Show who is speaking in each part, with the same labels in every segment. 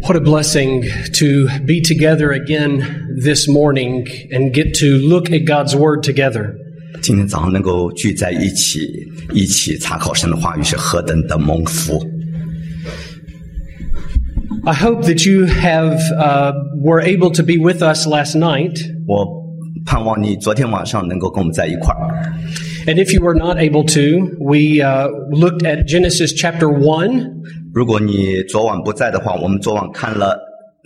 Speaker 1: What a blessing to be together again this morning and get to look at God's Word together.
Speaker 2: 今天早上能够聚在一起，一起查考神的话语，是何等的蒙福！
Speaker 1: I hope that you have uh, were able to be with us last night,
Speaker 2: 我盼望你昨天晚上能够跟我们在一块儿。
Speaker 1: and if you were not able to, we uh, looked at Genesis chapter one,
Speaker 2: 如果你昨晚不在的话，我们昨晚看了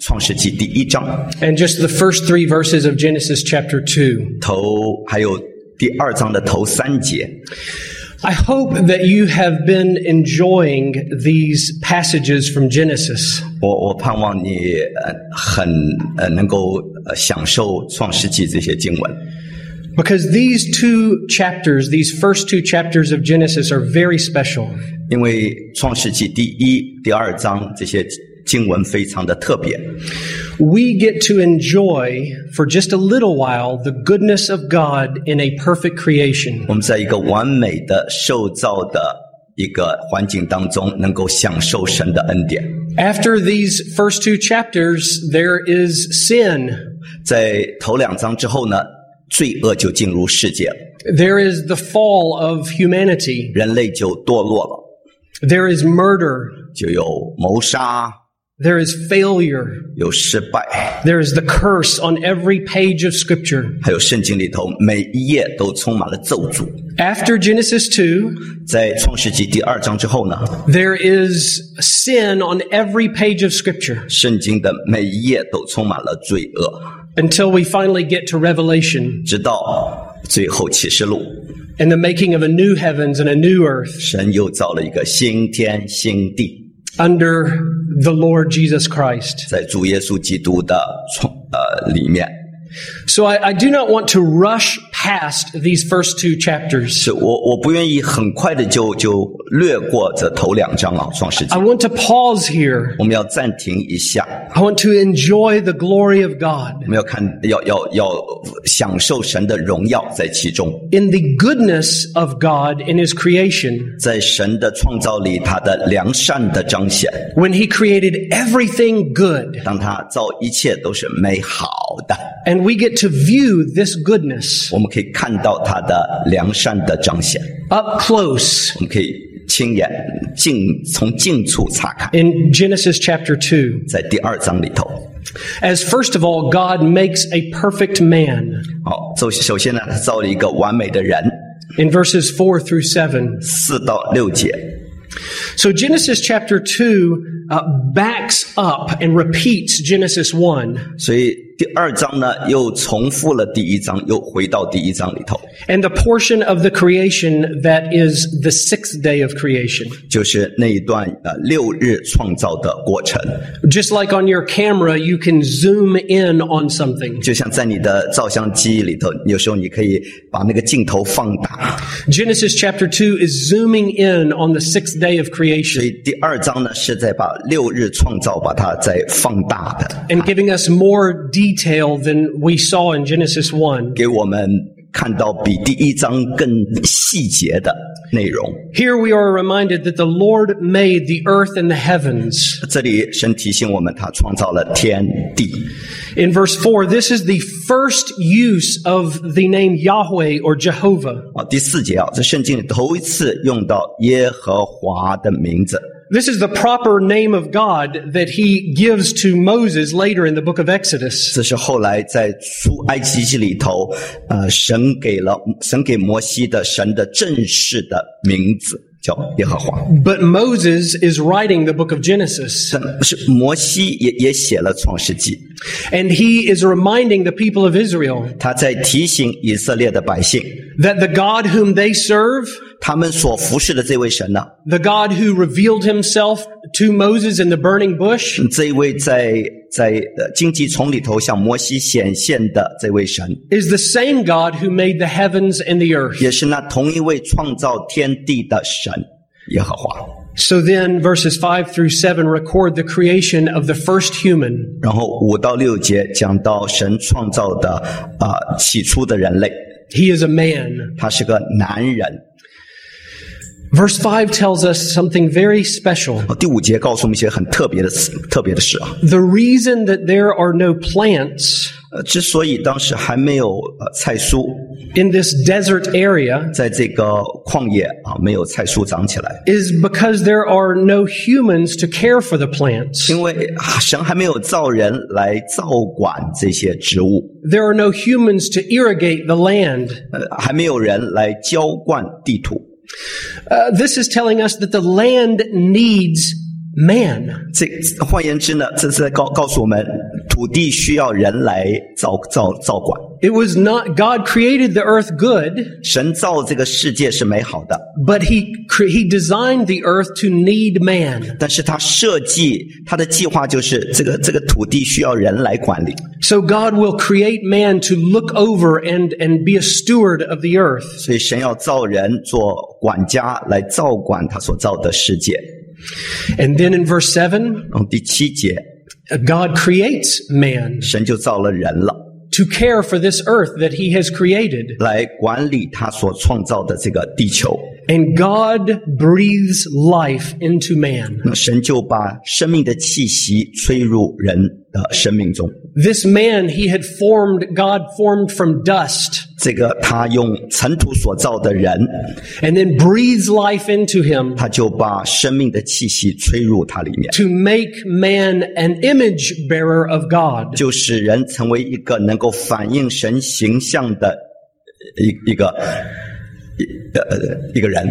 Speaker 2: 《创世纪》第一章
Speaker 1: and just the first three verses of Genesis chapter two.
Speaker 2: 头，还有第二章的头三节。
Speaker 1: I hope that you have been enjoying these passages from Genesis.
Speaker 2: 我我盼望你呃很呃能够呃享受《创世纪》这些经文，
Speaker 1: Because these two chapters, these first two chapters of Genesis are very special.
Speaker 2: 因为《创世纪》第一、第二章这些经文非常的特别。
Speaker 1: We get to enjoy for just a little while the goodness of God in a perfect creation.
Speaker 2: 我们在一个完美的受造的一个环境当中，能够享受神的恩典。
Speaker 1: After these first two chapters, there is sin.
Speaker 2: 在头两章之后呢，罪恶就进入世界了，
Speaker 1: There is the fall of humanity.
Speaker 2: 人类就堕落了，
Speaker 1: There is murder.
Speaker 2: 就有谋杀，
Speaker 1: There is failure.
Speaker 2: 有失败，
Speaker 1: There is the curse on every page of scripture.
Speaker 2: 还有圣经里头每一页都充满了咒诅。
Speaker 1: After Genesis 2,
Speaker 2: 在创世纪第二章之后呢，
Speaker 1: there is sin on every page of scripture
Speaker 2: 圣经的每一页都充满了罪恶，
Speaker 1: until we finally get to Revelation
Speaker 2: 直到最后启示录，
Speaker 1: and the making of a new heavens and a new earth.
Speaker 2: 神又造了一个新天新地。
Speaker 1: under the Lord Jesus Christ.
Speaker 2: 在主耶稣基督的创呃里面，
Speaker 1: So I, I do not want to rush past these first two chapters.
Speaker 2: 是我我不愿意很快的就就略过这头两章啊，《创世纪
Speaker 1: I》，want to pause here.
Speaker 2: 我们要暂停一下，
Speaker 1: I want to enjoy the glory of
Speaker 2: 我
Speaker 1: God
Speaker 2: 们要看要要要享受神的荣耀在其中，
Speaker 1: in the goodness of God in His creation.
Speaker 2: 在神的创造里，他的良善的彰显，
Speaker 1: When He created everything good,
Speaker 2: 当他造一切都是美好的，
Speaker 1: and we get to view this goodness
Speaker 2: 我们可以看到他的良善的彰显，
Speaker 1: up close
Speaker 2: 我们可以亲眼近从近处查看，
Speaker 1: in Genesis chapter 2.
Speaker 2: 在第二章里头。
Speaker 1: As first of all, God makes a perfect man
Speaker 2: 好，首首先呢，他造了一个完美的人，
Speaker 1: in verses 4 through 7.
Speaker 2: 四到六节。
Speaker 1: So Genesis chapter 2 uh, backs up and repeats Genesis 1.
Speaker 2: 所以第二章呢，又重复了第一章，又回到第一章里头，
Speaker 1: And the portion of the creation that is the sixth day of creation.
Speaker 2: 就是那一段呃六日创造的过程，
Speaker 1: Just like on your camera, you can zoom in on something.
Speaker 2: 就像在你的照相机里头，有时候你可以把那个镜头放大。
Speaker 1: Genesis chapter 2 is zooming in on the sixth day of
Speaker 2: 所
Speaker 1: creation
Speaker 2: 以第二章呢，是在把六日创造把它再放大的，
Speaker 1: and giving us more detail than we saw in Genesis 1.
Speaker 2: 给我们看到比第一章更细节的内容。
Speaker 1: Here we are reminded that the Lord made the earth and the heavens.
Speaker 2: 这里神提醒我们，他创造了天地。
Speaker 1: In verse 4, this is the first use of the name Yahweh or Jehovah.
Speaker 2: 啊，第四节啊，这圣经里头一次用到耶和华的名字，
Speaker 1: This is the proper name of God that he gives to Moses later in the book of Exodus.
Speaker 2: 这是后来在出埃及记里头，呃，神给了神给摩西的神的正式的名字叫耶和华。
Speaker 1: But Moses is writing the book of Genesis,
Speaker 2: 但是摩西也也写了创世纪，
Speaker 1: and he is reminding the people of Israel
Speaker 2: 他在提醒以色列的百姓，
Speaker 1: that the God whom they serve,
Speaker 2: 他们所服侍的这位神呢、
Speaker 1: the God who revealed himself to Moses in the burning bush,
Speaker 2: 这一位在在呃荆棘丛里头向摩西显现的这位神，
Speaker 1: is the same God who made the heavens and the earth.
Speaker 2: 也是那同一位创造天地的神耶和华。
Speaker 1: So then, verses 5 through 7 record the creation of the first human.
Speaker 2: 然后五到六节讲到神创造的啊、呃起初的人类，
Speaker 1: He is a man.
Speaker 2: 他是个男人。
Speaker 1: Verse 5 tells us something very special.
Speaker 2: 好第五节告诉我们一些很特别的事，特别的事啊。
Speaker 1: The reason that there are no plants
Speaker 2: 呃，之所以当时还没有呃菜蔬，
Speaker 1: in this desert area
Speaker 2: 在这个旷野啊没有菜蔬长起来，
Speaker 1: is because there are no humans to care for the plants.
Speaker 2: 因为啊神还没有造人来照管这些植物，
Speaker 1: There are no humans to irrigate the land.
Speaker 2: 呃，还没有人来浇灌地土。
Speaker 1: Uh, this is telling us that the land needs man.
Speaker 2: 这换言之呢，这是在告告诉我们，土地需要人来照照照管。
Speaker 1: It was not God created the earth good,
Speaker 2: 神造这个世界是美好的，
Speaker 1: but he cre- he designed the earth to need man.
Speaker 2: 但是他设计他的计划就是这个这个土地需要人来管理，
Speaker 1: So God will create man to look over and and be a steward of the earth.
Speaker 2: 所以神要造人做管家来照管他所造的世界。
Speaker 1: And then in verse 7,
Speaker 2: 然后第七节，
Speaker 1: uh, God creates man
Speaker 2: 神就造了人了，
Speaker 1: to care for this earth that he has created.
Speaker 2: 来管理他所创造的这个地球。
Speaker 1: And God breathes life into man.
Speaker 2: 那神就把生命的气息吹入人的生命中。
Speaker 1: This man he had formed, God formed from dust,
Speaker 2: 这个他用尘土所造的人，
Speaker 1: and then breathes life into him
Speaker 2: 他就把生命的气息吹入他里面，
Speaker 1: to make man an image bearer of God.
Speaker 2: 就使人成为一个能够反映神形象的一一个一呃一个人。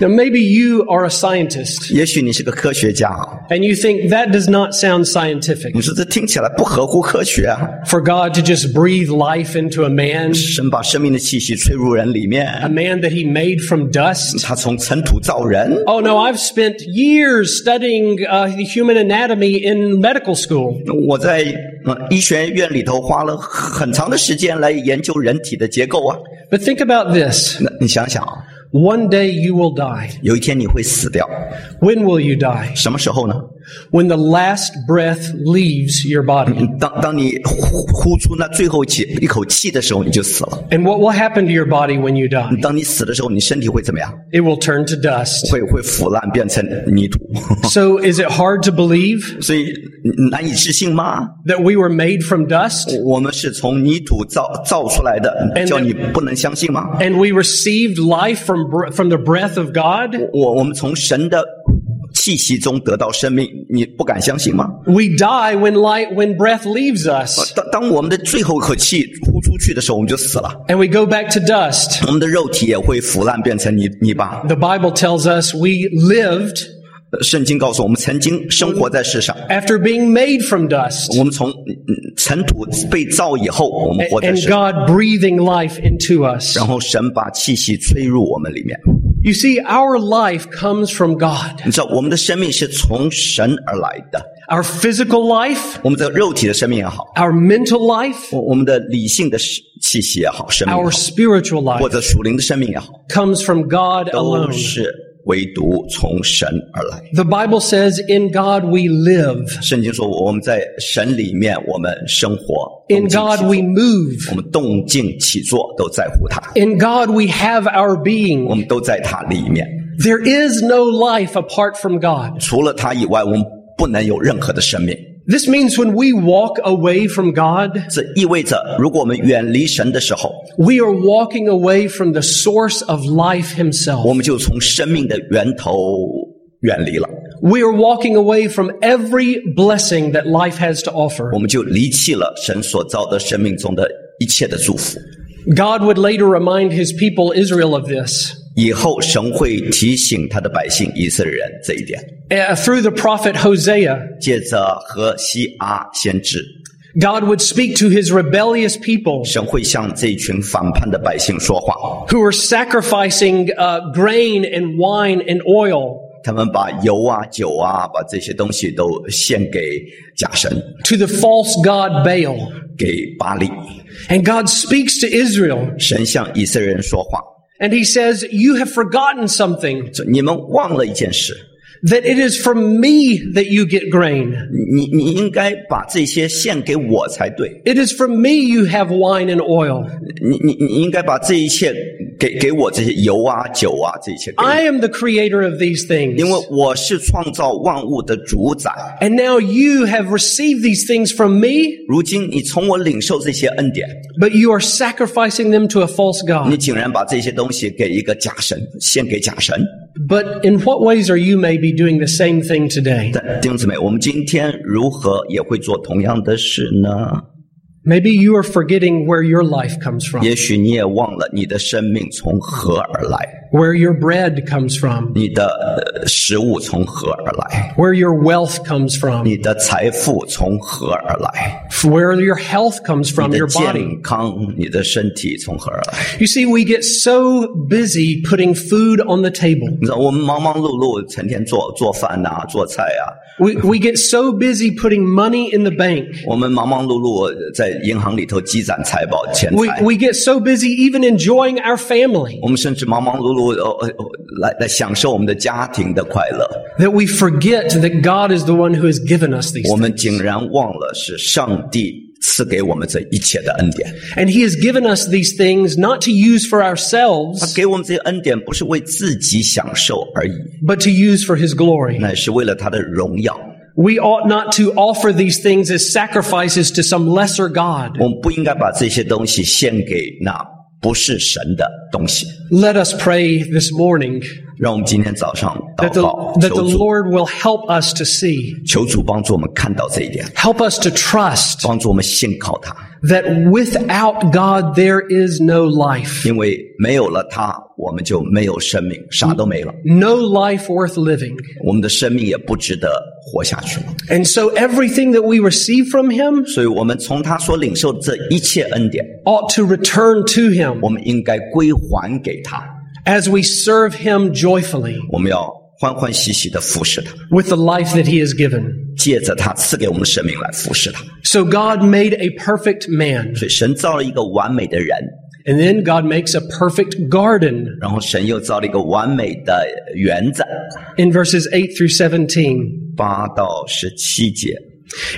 Speaker 1: Now, maybe you are a scientist
Speaker 2: 也许你是个科学家啊，
Speaker 1: and you think that does not sound scientific
Speaker 2: 你说这听起来不合乎科学啊。
Speaker 1: for God to just breathe life into a man,
Speaker 2: 神把生命的气息吹入人里
Speaker 1: a
Speaker 2: 面，
Speaker 1: man that he made from dust.
Speaker 2: 他从尘土造人。
Speaker 1: Oh no, I've spent years studying uh, the human anatomy in medical school.
Speaker 2: 我在呃医学院里头花了很长的时间来研究人体的结构啊。
Speaker 1: But think about this.
Speaker 2: 那你想想啊，
Speaker 1: One day you will die.
Speaker 2: 有一天你会死掉，
Speaker 1: When will you die?
Speaker 2: 什么时候呢？
Speaker 1: When the last breath leaves your body.
Speaker 2: 当当你呼呼出那最后气一口气的时候，你就死了。
Speaker 1: And what will happen to your body when you die?
Speaker 2: 当你死的时候，你身体会怎么样？
Speaker 1: It will turn to dust.
Speaker 2: 会会腐烂变成泥土，
Speaker 1: So is it hard to believe
Speaker 2: 所以难以置信吗？
Speaker 1: that we were made from dust
Speaker 2: 我们是从泥土造造出来的，
Speaker 1: And-
Speaker 2: 叫你不能相信吗？
Speaker 1: and we received life from br- from the breath of God?
Speaker 2: 我我们从神的气息中得到生命，你不敢相信吗？
Speaker 1: We die when light when breath leaves us
Speaker 2: 当当我们的最后一口气呼出去的时候，我们就死了，
Speaker 1: and we go back to dust.
Speaker 2: 我们的肉体也会腐烂变成泥泥巴。
Speaker 1: The Bible tells us we lived
Speaker 2: 呃圣经告诉我们，曾经生活在世上，
Speaker 1: after being made from dust
Speaker 2: 我们从嗯嗯尘土被造以后，我们
Speaker 1: and
Speaker 2: 活在
Speaker 1: and
Speaker 2: 世上，
Speaker 1: God breathing life into us.
Speaker 2: 然后神把气息吹入我们里面。
Speaker 1: You see, our life comes from God.
Speaker 2: 你知道，我们的生命是从神而来的，
Speaker 1: Our physical life,
Speaker 2: 我们的肉体的生命也好，
Speaker 1: our mental life,
Speaker 2: 我我们的理性的气息也好，生命也
Speaker 1: our
Speaker 2: 好
Speaker 1: spiritual
Speaker 2: 或
Speaker 1: life
Speaker 2: 者属灵的生命也好，
Speaker 1: comes from God
Speaker 2: 都
Speaker 1: alone.
Speaker 2: 是唯独从神而来。
Speaker 1: The Bible says, in God we live,
Speaker 2: 圣经说，我们在神里面，我们生活
Speaker 1: in
Speaker 2: 动静
Speaker 1: God
Speaker 2: 起
Speaker 1: we move,
Speaker 2: 我们动静起坐都在乎他，
Speaker 1: in God we have our
Speaker 2: 我
Speaker 1: being.
Speaker 2: 们都在他里面。
Speaker 1: There is no life apart from God.
Speaker 2: 除了他以外，我们不能有任何的生命。
Speaker 1: This means when we walk away from God,
Speaker 2: 这意味着，如果我们远离神的时候，
Speaker 1: we are walking away from the source of life
Speaker 2: 我
Speaker 1: Himself.
Speaker 2: 们就从生命的源头远离了，
Speaker 1: We are walking away from every blessing that life has to offer.
Speaker 2: 我们就离弃了神所造的生命中的一切的祝福。
Speaker 1: God would later remind his people Israel of this
Speaker 2: 以后神会提醒他的百姓以色列人这一点，
Speaker 1: Uh, through the prophet Hosea.
Speaker 2: 借着和西阿先知，
Speaker 1: God would speak to his rebellious people
Speaker 2: 神会向这群反叛的百姓说话，
Speaker 1: who were sacrificing uh, grain and wine and oil
Speaker 2: 他们把油啊、酒啊，把这些东西都献给假神，
Speaker 1: to the false god Baal.
Speaker 2: 给巴利。
Speaker 1: And God speaks to Israel
Speaker 2: 神向以色列人说话，
Speaker 1: and he says, You have forgotten something,
Speaker 2: 说你们忘了一件事，
Speaker 1: that it is from me that you get grain.
Speaker 2: 你你你应该把这些献给我才对，
Speaker 1: It is from me you have wine and oil.
Speaker 2: 你你你应该把这一切给给我这些油啊、酒啊这些给我，
Speaker 1: I am the creator of these things.
Speaker 2: 因为我是创造万物的主宰。
Speaker 1: And now you have received these things from me,
Speaker 2: 如今你从我领受这些恩典，
Speaker 1: but you are sacrificing them to a false
Speaker 2: 你
Speaker 1: God.
Speaker 2: 竟然把这些东西给一个假神，献给假神。
Speaker 1: But in what ways are you maybe doing the same thing today?
Speaker 2: 但弟兄姊妹，我们今天如何也会做同样的事呢？
Speaker 1: Maybe you are forgetting where your life comes from,
Speaker 2: 也许你也忘了你的生命从何而来，
Speaker 1: where your bread comes from,
Speaker 2: 你的呃食物从何而来，
Speaker 1: where your wealth comes from,
Speaker 2: 你的财富从何而来，
Speaker 1: where your health comes
Speaker 2: 你
Speaker 1: from,
Speaker 2: 的
Speaker 1: your body.
Speaker 2: 健康、你的身体从何而来？
Speaker 1: You see, we get so busy putting food on the table.
Speaker 2: 你知道，我们忙忙碌碌，成天做做饭呐、做菜啊，
Speaker 1: We, we get so busy putting money in the bank.
Speaker 2: 我们忙忙碌碌在银行里头积攒财宝、钱
Speaker 1: We,
Speaker 2: 财。
Speaker 1: we get so busy even enjoying our family
Speaker 2: 我们甚至忙忙碌碌，哦哦，哦来来享受我们的家庭的快乐。
Speaker 1: that we forget that God is the one who has given us these
Speaker 2: 我
Speaker 1: things.
Speaker 2: 们竟然忘了是上帝赐给我们这一切的恩典。
Speaker 1: And He has given us these things not to use for
Speaker 2: 他
Speaker 1: ourselves,
Speaker 2: 给我们这些恩典，不是为自己享受而已，
Speaker 1: but to use for His glory.
Speaker 2: 乃是为了他的荣耀。
Speaker 1: We ought not to offer these things as sacrifices to some lesser God.
Speaker 2: 我们不应该把这些东西献给那不是神的东西。
Speaker 1: Let us pray this morning
Speaker 2: 让我们今天早上
Speaker 1: that
Speaker 2: 祷
Speaker 1: the,
Speaker 2: 告，
Speaker 1: that the
Speaker 2: 求主，
Speaker 1: Lord will help us to see,
Speaker 2: 求主帮助我们看到这一点，
Speaker 1: help us to trust
Speaker 2: 帮助我们信靠他，
Speaker 1: that without God there is no life,
Speaker 2: 因为没有了他，我们就没有生命，啥都没了，
Speaker 1: no life worth living.
Speaker 2: 我们的生命也不值得活下去了。
Speaker 1: And so everything that we receive from Him
Speaker 2: 所以，我们从他所领受的这一切恩典，
Speaker 1: ought to return to Him
Speaker 2: 我们应该归还给他，
Speaker 1: as we serve Him joyfully
Speaker 2: 我们要欢欢喜喜的服侍他。
Speaker 1: with the life that He has given.
Speaker 2: 借着他赐给我们生命来服侍他。
Speaker 1: So God made a perfect man,
Speaker 2: 所以神造了一个完美的人，
Speaker 1: and then God makes a perfect garden
Speaker 2: 然后神又造了一个完美的园子，
Speaker 1: in verses 8 through 17.
Speaker 2: 八到十七节。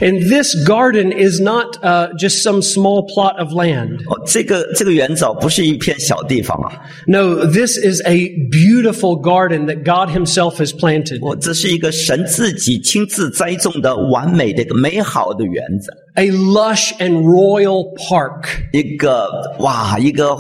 Speaker 1: And this garden is not uh, just some small plot of land.
Speaker 2: 哦，这个这个园子哦不是一片小地方啊，
Speaker 1: No, this is a beautiful garden that God Himself has planted,
Speaker 2: 哦，这是一个神自己亲自栽种的完美的一个美好的园子，
Speaker 1: a lush and royal park.
Speaker 2: 一个哇，一个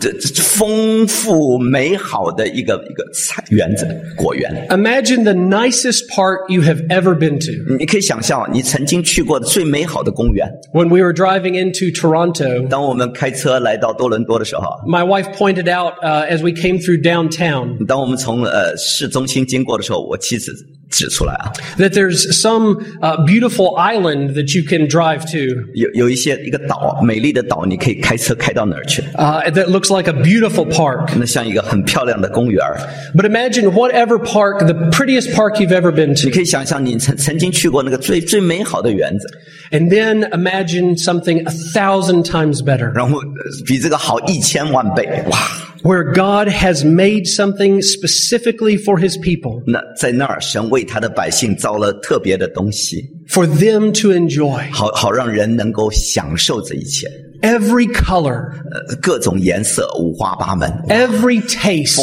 Speaker 2: 这这丰富美好的一个一个菜园子果园。
Speaker 1: Imagine the nicest park you have ever been to.
Speaker 2: 你可以想象啊，你曾经去过的最美好的公园。
Speaker 1: When we were driving into Toronto,
Speaker 2: 当我们开车来到多伦多的时候啊，
Speaker 1: my wife pointed out uh, as we came through downtown
Speaker 2: 当我们从呃市中心经过的时候，我妻子指出来啊，
Speaker 1: that there's some uh, beautiful island that you can drive to
Speaker 2: 有有一些一个岛，美丽的岛，你可以开车开到哪儿去？
Speaker 1: uh, that looks like a beautiful park.
Speaker 2: 那像一个很漂亮的公园儿
Speaker 1: But imagine whatever park, the prettiest park you've ever been to,
Speaker 2: 你可以想象你曾曾经去过那个最最美好的园子，
Speaker 1: and then imagine something a thousand times better,
Speaker 2: 然后呃比这个好一千万倍，哇！
Speaker 1: where God has made something specifically for His people,
Speaker 2: 那在那儿，神为他的百姓造了特别的东西，
Speaker 1: for them to enjoy.
Speaker 2: 好好让人能够享受这一切，
Speaker 1: Every color,
Speaker 2: 呃，各种颜色，五花八门，
Speaker 1: every
Speaker 2: 丰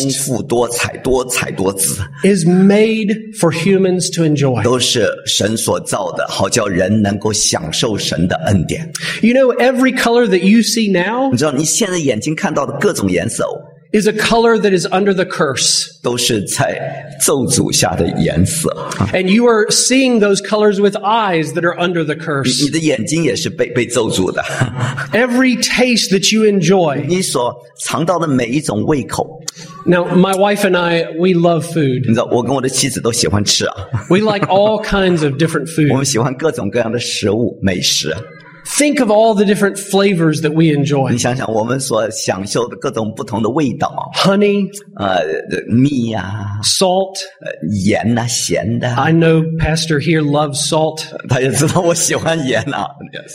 Speaker 1: taste
Speaker 2: 富多彩，多彩多姿。
Speaker 1: is made for humans to enjoy.
Speaker 2: 都是神所造的，好叫人能够享受神的恩典。
Speaker 1: You know, every color that you see now
Speaker 2: 你知道，你现在眼睛看到的各种颜色，
Speaker 1: is a color that is under the curse.
Speaker 2: 都是在咒诅下的颜色。
Speaker 1: And you are seeing those colors with eyes that are under the
Speaker 2: 你
Speaker 1: curse.
Speaker 2: 的眼睛也是被被咒诅的，
Speaker 1: Every taste that you enjoy.
Speaker 2: 你所尝到的每一种胃口，
Speaker 1: Now, my wife and I, we love
Speaker 2: 你
Speaker 1: food.
Speaker 2: 知道，我跟我的妻子都喜欢吃啊，
Speaker 1: We like all kinds of different
Speaker 2: 我
Speaker 1: food.
Speaker 2: 们喜欢各种各样的食物美食。啊
Speaker 1: Think of all the different flavors that we
Speaker 2: 你
Speaker 1: enjoy
Speaker 2: 想想，我们所享受的各种不同的味道啊，
Speaker 1: honey,
Speaker 2: 呃，蜜呀、
Speaker 1: salt.
Speaker 2: 呃盐呐、咸的啊，
Speaker 1: I know Pastor here loves salt.
Speaker 2: 他也知道我喜欢盐啊，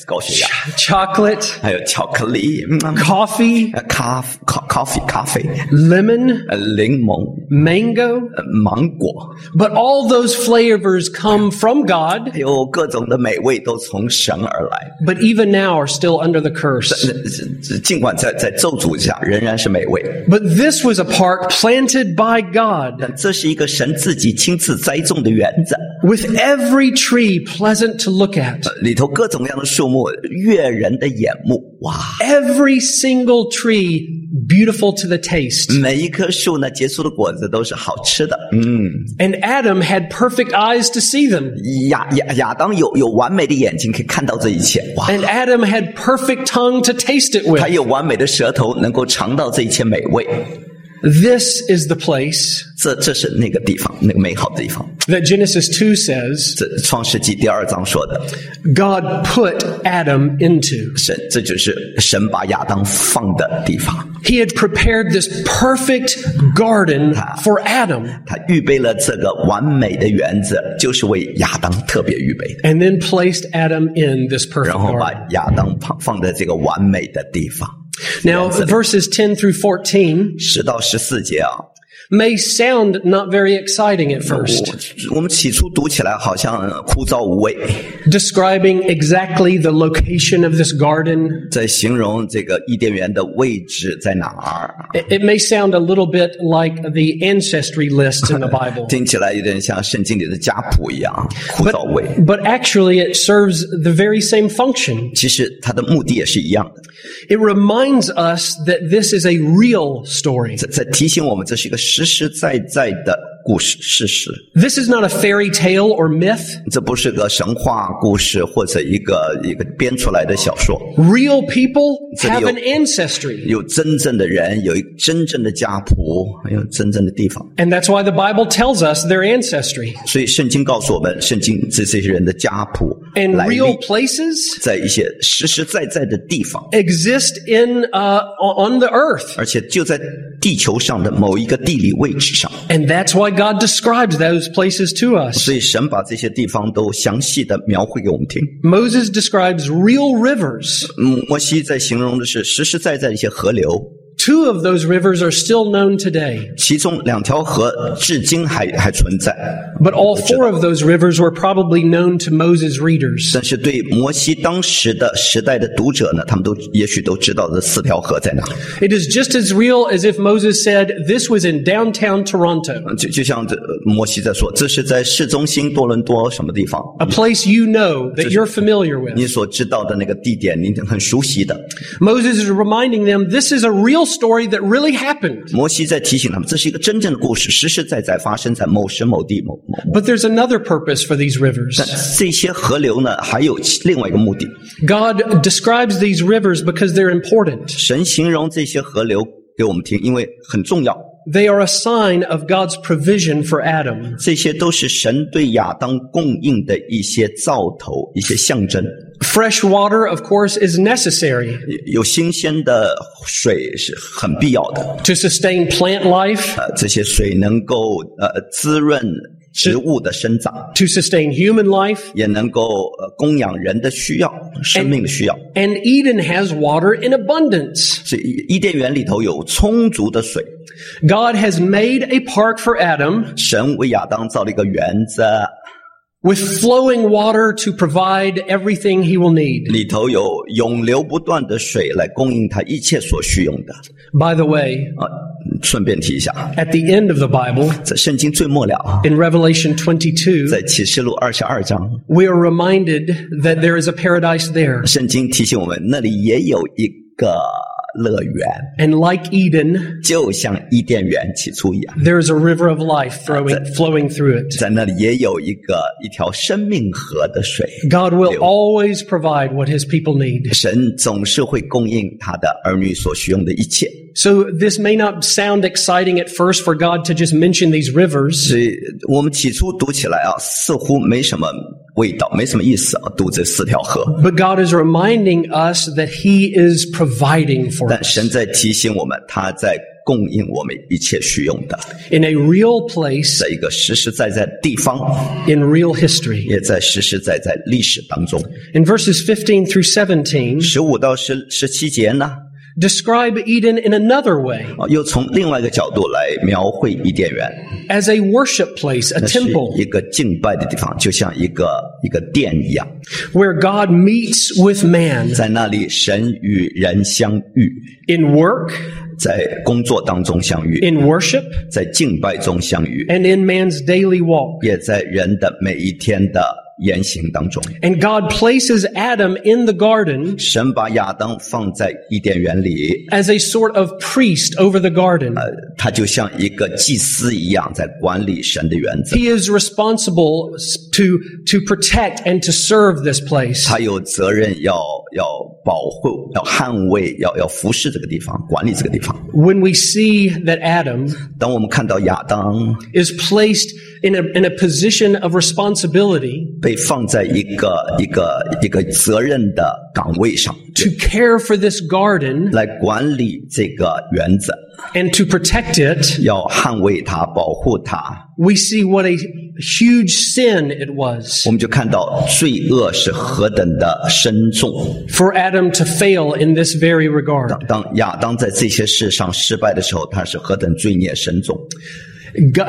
Speaker 2: 高血压。
Speaker 1: Chocolate,
Speaker 2: 还有巧克力、嗯、
Speaker 1: coffee,
Speaker 2: 呃咖咖咖啡、咖啡、
Speaker 1: lemon,
Speaker 2: 呃柠檬、
Speaker 1: mango.
Speaker 2: 呃芒果，
Speaker 1: But all those flavors come from God.
Speaker 2: 还有各种的美味都从神而来。
Speaker 1: But even now are still under the curse.
Speaker 2: 尽管在在咒诅下，仍然是美味。
Speaker 1: But this was a park planted by God
Speaker 2: 但这是一个神自己亲自栽种的园子，
Speaker 1: with every tree pleasant to look at.
Speaker 2: 里头各种各样的树木悦人的眼目，哇！
Speaker 1: Every single tree beautiful to the taste.
Speaker 2: 每一棵树呢，结出的果子都是好吃的。嗯，
Speaker 1: And Adam had perfect eyes to see them.
Speaker 2: 亚亚亚当有有完美的眼睛可以看到这一切，哇！
Speaker 1: And Adam had perfect tongue to taste it
Speaker 2: 他
Speaker 1: with.
Speaker 2: 有完美的舌头，能够尝到这一切美味。
Speaker 1: This is the place
Speaker 2: 这这是那个地方，那个美好的地方。
Speaker 1: that Genesis 2 says
Speaker 2: 这创世纪第二章说的，
Speaker 1: God put Adam into.
Speaker 2: 神这就是神把亚当放的地方。
Speaker 1: He had prepared this perfect garden for Adam
Speaker 2: 他预备了这个完美的园子，就是为亚当特别预备的，
Speaker 1: and then placed Adam in this
Speaker 2: 然
Speaker 1: perfect
Speaker 2: 后把
Speaker 1: garden.
Speaker 2: 亚当放放在这个完美的地方。
Speaker 1: Now, verses 10 through 14
Speaker 2: 十到十四节啊，
Speaker 1: may sound not very exciting at first,
Speaker 2: 我我们起初读起来好像枯燥无味，
Speaker 1: describing exactly the location of this garden.
Speaker 2: 在形容这个伊甸园的位置在哪儿，
Speaker 1: It it may sound a little bit like the ancestry lists in the Bible.
Speaker 2: 听起来有点像圣经里的家谱一样枯燥无味。
Speaker 1: But actually, it serves the very same function.
Speaker 2: 其实它的目的也是一样的，
Speaker 1: It reminds us that this is a real story.
Speaker 2: 在在提醒我们这是一个实实在在的故事事实，
Speaker 1: This is not a fairy tale or myth.
Speaker 2: 这不是个神话故事或者一个一个编出来的小说。
Speaker 1: Real people
Speaker 2: So
Speaker 1: have
Speaker 2: you-
Speaker 1: an ancestry.
Speaker 2: 有真正的人，有一真正的家谱，还有真正的地方。
Speaker 1: And that's why the Bible tells us their ancestry.
Speaker 2: 所以圣经告诉我们，圣经这这些人的家谱
Speaker 1: And
Speaker 2: 来历
Speaker 1: real places
Speaker 2: 在一些实实在在的地方，
Speaker 1: exist in uh, on the earth.
Speaker 2: 而且就在地球上的某一个地理位置上。
Speaker 1: And that's why God describes those places to us.
Speaker 2: 所以神把这些地方都详细的描绘给我们听。
Speaker 1: Moses describes real rivers.
Speaker 2: 嗯，摩西在形容的是实实在在的一些河流，
Speaker 1: Two of those rivers are still known today,
Speaker 2: 其中两条河至今还还存在，
Speaker 1: but all four of those rivers were probably known to Moses' readers.
Speaker 2: 但是对摩西当时的时代的读者呢，他们都也许都知道这四条河在哪。
Speaker 1: It is just as real as if Moses said, This was in downtown Toronto,
Speaker 2: 就就像这呃摩西在说，这是在市中心多伦多什么地方？
Speaker 1: a place you know that you're familiar
Speaker 2: 你
Speaker 1: with.
Speaker 2: 所知道的那个地点，你很熟悉的。
Speaker 1: Moses is reminding them, This is a real story that really happened.
Speaker 2: 摩西在提醒他们，这是一个真正的故事，实实在在发生在某时某地某某。某
Speaker 1: But there's another purpose for these rivers.
Speaker 2: 这些河流呢，还有其另外一个目的。
Speaker 1: God describes these rivers because they're important.
Speaker 2: 神形容这些河流给我们听，因为很重要。
Speaker 1: They are a sign of God's provision for Adam.
Speaker 2: 这些都是神对亚当供应的一些兆头、一些象征。
Speaker 1: Fresh water, of course, is necessary
Speaker 2: 有新鲜的水是很必要的，
Speaker 1: to sustain plant life,
Speaker 2: 呃，这些水能够呃滋润植物的生长，
Speaker 1: to sustain human life.
Speaker 2: 也能够呃供养人的需要、生命的需要。
Speaker 1: And Eden has water in abundance.
Speaker 2: 所以伊甸园里头有充足的水，
Speaker 1: God has made a park for Adam
Speaker 2: 神为亚当造了一个园子，
Speaker 1: with flowing water to provide everything he will need.
Speaker 2: 里头有永流不断的水来供应他一切所需用的。
Speaker 1: By the way,
Speaker 2: 啊，顺便提一下，
Speaker 1: at the end of the Bible,
Speaker 2: 在圣经最末了，啊
Speaker 1: in Revelation 22,
Speaker 2: 在启示录二十二章，
Speaker 1: we are reminded that there is a paradise there.
Speaker 2: 圣经提醒我们，那里也有一个乐园，
Speaker 1: And like Eden,
Speaker 2: 就像伊甸园起初一样。
Speaker 1: there is a river of life throwing, flowing through it.
Speaker 2: 在那里也有一个一条生命河的水。
Speaker 1: God will always provide what his people need.
Speaker 2: 神总是会供应他的儿女所需用的一切，
Speaker 1: So this may not sound exciting at first for God to just mention these rivers,
Speaker 2: 所以我们起初读起来啊，似乎没什么味道，没什么意思啊，读这四条河。
Speaker 1: but God is reminding us that he is providing for
Speaker 2: 但
Speaker 1: us
Speaker 2: 神在提醒我们，他在供应我们一切需用的，
Speaker 1: in a real place
Speaker 2: 在一个实实在在的地方，
Speaker 1: in real history.
Speaker 2: 也在实实在在历史当中。
Speaker 1: In verses 15 through 17,
Speaker 2: 十五到十十七节呢，
Speaker 1: describe Eden in another way
Speaker 2: 啊，又从另外一个角度来描绘伊甸园，
Speaker 1: as a worship place, a
Speaker 2: 那是
Speaker 1: temple
Speaker 2: 一个敬拜的地方，就像一个一个殿一样，
Speaker 1: where God meets with man
Speaker 2: 在那里神与人相遇，
Speaker 1: in work,
Speaker 2: 在工作当中相遇，
Speaker 1: in worship,
Speaker 2: 在敬拜中相遇，
Speaker 1: and in man's daily walk.
Speaker 2: 也在人的每一天的言行当中。
Speaker 1: And God places Adam in the garden
Speaker 2: 神把亚当放在伊甸园里，
Speaker 1: as a sort of priest over the garden.
Speaker 2: 呃，他就像一个祭司一样，在管理神的园子。
Speaker 1: He is responsible s- to, to protect and to serve this place.
Speaker 2: 他有责任要要保护、要捍卫、要要服侍这个地方、管理这个地方。
Speaker 1: When we see that Adam
Speaker 2: 当我们看到亚当
Speaker 1: is placed in a, in a position of responsibility
Speaker 2: 被放在一个一个一个责任的岗位上，
Speaker 1: to care for this garden
Speaker 2: 来管理这个园子，
Speaker 1: and to protect it,
Speaker 2: 要捍卫它、保护它，
Speaker 1: we see what a huge sin it was
Speaker 2: 我们就看到罪恶是何等的深重。
Speaker 1: for Adam to fail in this very regard.
Speaker 2: 当亚当在这些事上失败的时候，他是何等罪孽深重。
Speaker 1: Go-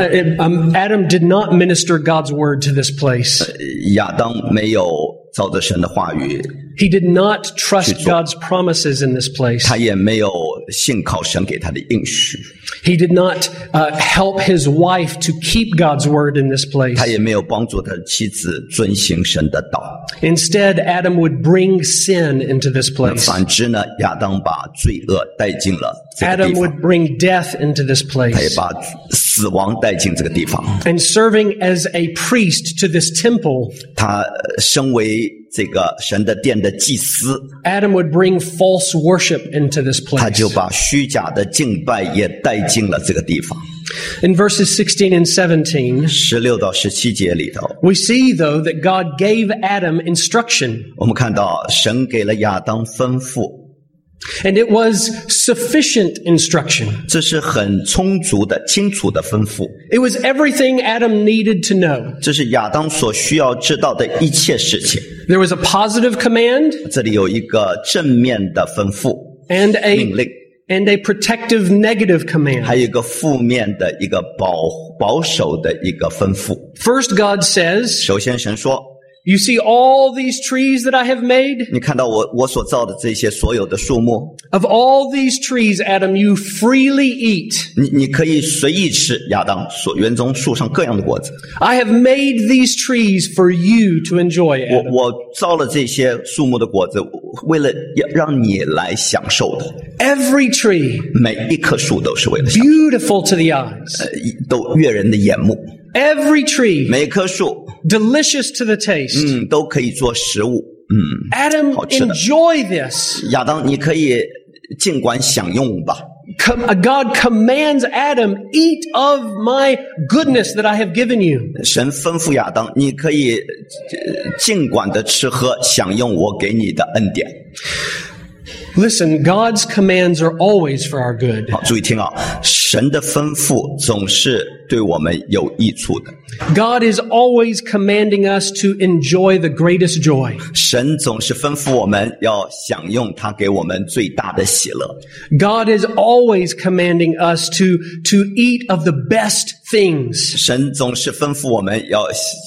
Speaker 1: um, Adam did not minister God's word to this place.
Speaker 2: 亚当没有照着神的话语，
Speaker 1: He did not trust God's promises in this place.
Speaker 2: 他也没有信靠神给他的应许，
Speaker 1: He did not uh, help his wife to keep God's word in this
Speaker 2: 他
Speaker 1: place.
Speaker 2: 也没有帮助他的妻子遵行神的道。
Speaker 1: Instead, Adam would bring sin into this place.
Speaker 2: 反之呢，亚当把罪恶带进了这个
Speaker 1: Adam
Speaker 2: 地方，
Speaker 1: would bring death into this
Speaker 2: 他也
Speaker 1: place.
Speaker 2: 把死亡带进这个地方。
Speaker 1: And serving as a priest to this temple,
Speaker 2: 他呃身为这个神的殿的祭司，
Speaker 1: Adam would bring false worship into this
Speaker 2: 他
Speaker 1: place.
Speaker 2: 就把虚假的敬拜也带进了这个地方。
Speaker 1: In verses 16 and 17,
Speaker 2: 十六到十七节里头，
Speaker 1: we see, though, that God gave Adam instruction,
Speaker 2: 我们看到神给了亚当吩咐，
Speaker 1: and it was sufficient instruction.
Speaker 2: 这是很充足的、清楚的吩咐，
Speaker 1: It was everything Adam needed to know.
Speaker 2: 这是亚当所需要知道的一切事情。
Speaker 1: There was a positive command
Speaker 2: 这里有一个正面的吩咐
Speaker 1: and
Speaker 2: 命
Speaker 1: a
Speaker 2: 令，
Speaker 1: and a protective negative
Speaker 2: 还
Speaker 1: command.
Speaker 2: 有一个负面的一个保保守的一个吩咐。
Speaker 1: First, God says,
Speaker 2: 首先，神说
Speaker 1: You see all these trees that I have made?：“
Speaker 2: 你看到我我所造的这些所有的树木，
Speaker 1: Of all these trees, Adam, you freely eat.
Speaker 2: 你你可以随意吃亚当所园中树上各样的果子。
Speaker 1: I have made these trees for you to enjoy,
Speaker 2: 我
Speaker 1: Adam.
Speaker 2: 我造了这些树木的果子，为了要让你来享受的。
Speaker 1: Every tree,
Speaker 2: 每一棵树都是为了享，
Speaker 1: beautiful to the eyes.
Speaker 2: 都悦人的眼目。
Speaker 1: Every tree,
Speaker 2: 每棵树，
Speaker 1: delicious to the taste.
Speaker 2: 嗯，都可以做食物。嗯，
Speaker 1: Adam,
Speaker 2: I'll shut up.
Speaker 1: enjoy this.
Speaker 2: 亚当，你可以尽管享用吧。
Speaker 1: Com- uh, God commands Adam, eat of my goodness that I have given you.
Speaker 2: 神吩咐亚当，你可以呃尽管的吃喝，享用我给你的恩典。
Speaker 1: Listen, God's commands are always for our good.
Speaker 2: 好，注意听啊，神的吩咐总是对我们有益处的。
Speaker 1: God is always commanding us to enjoy the greatest joy.
Speaker 2: 神总是吩咐我们要享用他给我们最大的喜乐。
Speaker 1: God is always commanding us to, to eat of the best things.
Speaker 2: 神总是吩咐我们要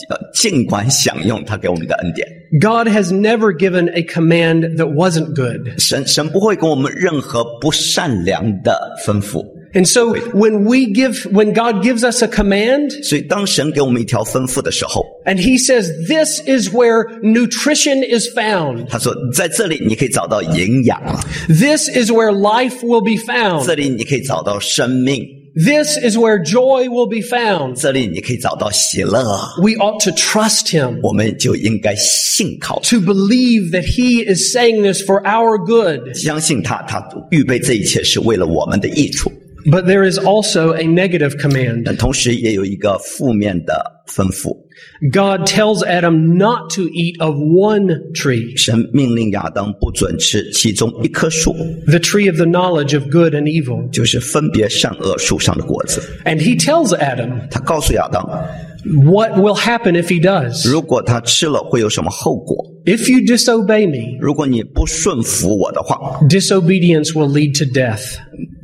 Speaker 2: 呃尽管享用他给我们的恩典。
Speaker 1: God has never given a command that wasn't good.
Speaker 2: 神神不会给我们任何不善良的吩咐。
Speaker 1: And so when we give, when God gives us a command
Speaker 2: 所以，当神给我们一条吩咐的时候，
Speaker 1: and he says, this is where nutrition is found.
Speaker 2: 他说：“在这里你可以找到营养，
Speaker 1: This is where life will be
Speaker 2: 这
Speaker 1: found.
Speaker 2: 里你可以找到生命，
Speaker 1: This is where joy will be found.
Speaker 2: 这里你可以找到喜乐。
Speaker 1: We ought to trust him.
Speaker 2: 我们就应该信靠他，
Speaker 1: to believe that he is saying this for our good.
Speaker 2: 相信他，他预备这一切是为了我们的益处。
Speaker 1: But there is also a negative
Speaker 2: 但
Speaker 1: command.
Speaker 2: 同时也有一个负面的吩咐：
Speaker 1: God tells Adam not to eat of one tree,
Speaker 2: 神命令亚当不准吃其中一棵树，
Speaker 1: the tree of the knowledge of good and evil.
Speaker 2: 就是分别善恶树上的果子。
Speaker 1: And he tells Adam
Speaker 2: 他告诉亚当，
Speaker 1: what will happen if he does.
Speaker 2: 如果他吃了会有什么后果？
Speaker 1: If you disobey me,
Speaker 2: 如果你不顺服我的话，
Speaker 1: disobedience will lead to death.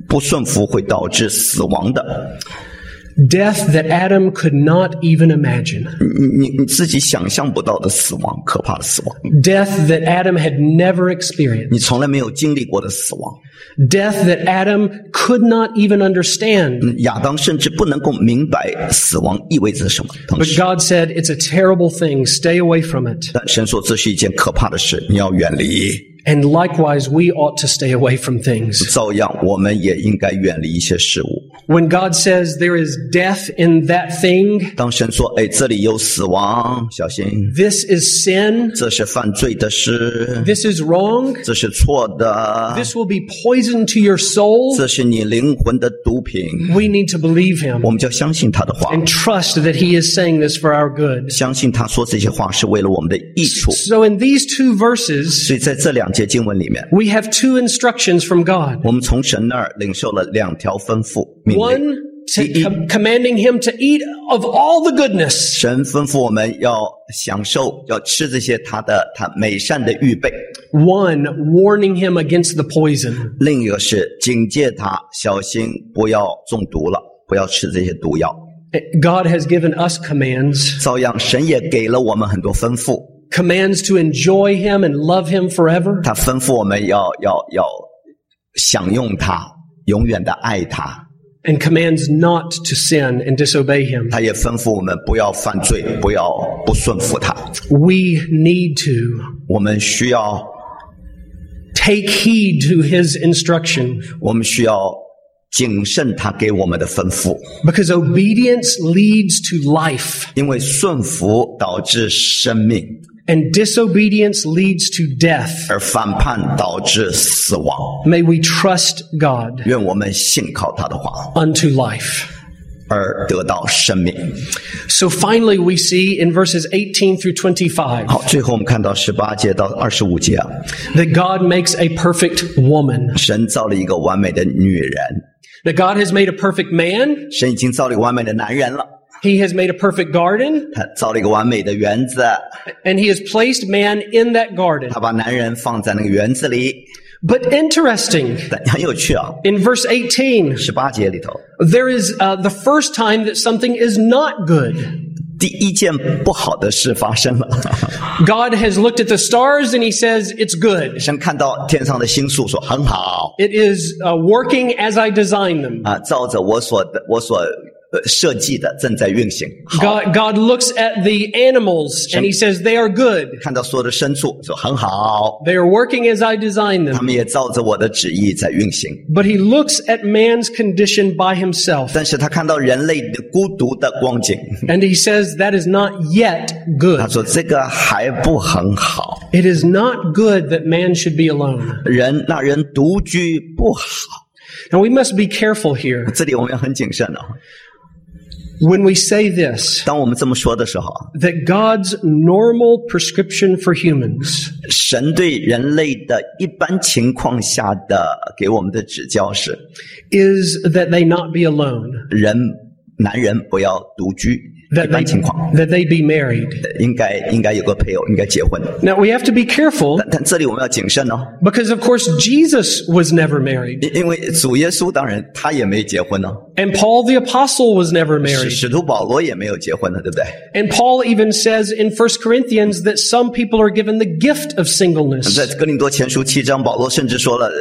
Speaker 2: 不顺服会导致死亡的。
Speaker 1: Death that Adam could not even imagine.
Speaker 2: 你你你自己想象不到的死亡，可怕的死亡，
Speaker 1: Death that Adam had never experienced.
Speaker 2: 你从来没有经历过的死亡。
Speaker 1: Death that Adam could not even understand.
Speaker 2: 亚当甚至不能够明白死亡意味着什么。当
Speaker 1: But
Speaker 2: 时，
Speaker 1: God said, It's a terrible thing. Stay away from it.
Speaker 2: 但神说这是一件可怕的事，你要远离。
Speaker 1: And likewise, we ought to stay away from things.
Speaker 2: 照样，我们也应该远离一些事物。
Speaker 1: When God says there is death in that thing,
Speaker 2: 当神说：“哎，这里有死亡，小心，
Speaker 1: this is sin,
Speaker 2: 这是犯罪的事，
Speaker 1: this is wrong,
Speaker 2: 这是错的，
Speaker 1: this will be poison to your soul,
Speaker 2: 这是你灵魂的毒品。”
Speaker 1: we need to believe Him
Speaker 2: 我们就要相信他的话，
Speaker 1: and trust that He is saying this for our good.
Speaker 2: 相信他说这些话是为了我们的益处。
Speaker 1: So, in these two verses,
Speaker 2: 所以在这两节经文里面，
Speaker 1: we have two instructions from God
Speaker 2: 我们从神那儿领受了两条吩咐命令。
Speaker 1: one, to com- commanding Him to eat of all the goodness,
Speaker 2: 神吩咐我们要享受，要吃这些他的他美善的预备；
Speaker 1: one, warning Him against the poison.
Speaker 2: 另一个是警戒他，小心不要中毒了，不要吃这些毒药。
Speaker 1: Eh, God has given us commands.
Speaker 2: 照样，神也给了我们很多吩咐，
Speaker 1: commands to enjoy him and love him forever.
Speaker 2: 他吩咐我们要要要享用他，永远的爱他。
Speaker 1: And commands not to sin and disobey him.
Speaker 2: 他也吩咐我们不要犯罪，不要不顺服他。
Speaker 1: We need to
Speaker 2: 我们需要，
Speaker 1: take heed to his instruction
Speaker 2: 我们需要谨慎他给我们的吩咐，
Speaker 1: because obedience leads to life
Speaker 2: 因为顺服导致生命，
Speaker 1: and disobedience leads to death.
Speaker 2: 而反叛导致死亡。
Speaker 1: May we trust God
Speaker 2: 愿我们信靠他的话，
Speaker 1: unto life.
Speaker 2: 而得到生命。
Speaker 1: So finally, we see in verses 18 through 25
Speaker 2: 好，最后我们看到十八节到二十五节啊，
Speaker 1: that God makes a perfect woman.
Speaker 2: 神造了一个完美的女人，
Speaker 1: That God has made a perfect man.
Speaker 2: 神已经造了一个完美的男人了，
Speaker 1: He has made a perfect garden.
Speaker 2: 他造了一个完美的园子，
Speaker 1: And he has placed man in that garden.
Speaker 2: 他把男人放在那个园子里，
Speaker 1: But interesting,
Speaker 2: 但很有趣啊。
Speaker 1: in verse 18,
Speaker 2: 十八节里头，
Speaker 1: there is uh, the first time that something is not good.
Speaker 2: 第一件不好的事发生了。
Speaker 1: God has looked at the stars and he says, It's good.
Speaker 2: 神看到天上的星宿说很好
Speaker 1: It is uh, working as I designed them.
Speaker 2: 啊，照着我所的我所呃设计的正在运行。
Speaker 1: God, God looks at the animals and he says, They are good.
Speaker 2: 看到所有的牲畜说很好，
Speaker 1: They are working as I designed
Speaker 2: 他
Speaker 1: them.
Speaker 2: 们也照着我的旨意在运行。
Speaker 1: But he looks at man's condition by himself
Speaker 2: 但是他看到人类的孤独的光景，
Speaker 1: and he says, That is not yet
Speaker 2: 他
Speaker 1: good.
Speaker 2: 说这个还不很好，
Speaker 1: It is not good that man should be alone.
Speaker 2: 人那人独居不好。
Speaker 1: Now we must be careful here
Speaker 2: 这里我们要很谨慎啊。
Speaker 1: when we say this
Speaker 2: 当我们这么说的时候啊，
Speaker 1: that God's normal prescription for humans
Speaker 2: 神对人类的一般情况下的给我们的指教是：
Speaker 1: is that they not be alone,
Speaker 2: 人男人不要独居，一
Speaker 1: that they,
Speaker 2: 般情况
Speaker 1: that they be married.
Speaker 2: 应该应该有个配偶，应该结婚。
Speaker 1: Now we have to be careful
Speaker 2: 但但这里我们要谨慎哦，
Speaker 1: because of course Jesus was never married
Speaker 2: 因因为主耶稣当然他也没结婚呢、哦
Speaker 1: and Paul the apostle was never
Speaker 2: 使
Speaker 1: married.
Speaker 2: 使徒保罗也没有结婚呢，对不对？
Speaker 1: And Paul even says in 1 Corinthians that some people are given the gift of
Speaker 2: 在
Speaker 1: singleness.
Speaker 2: 哥林多前书七章，保罗甚至说了，呃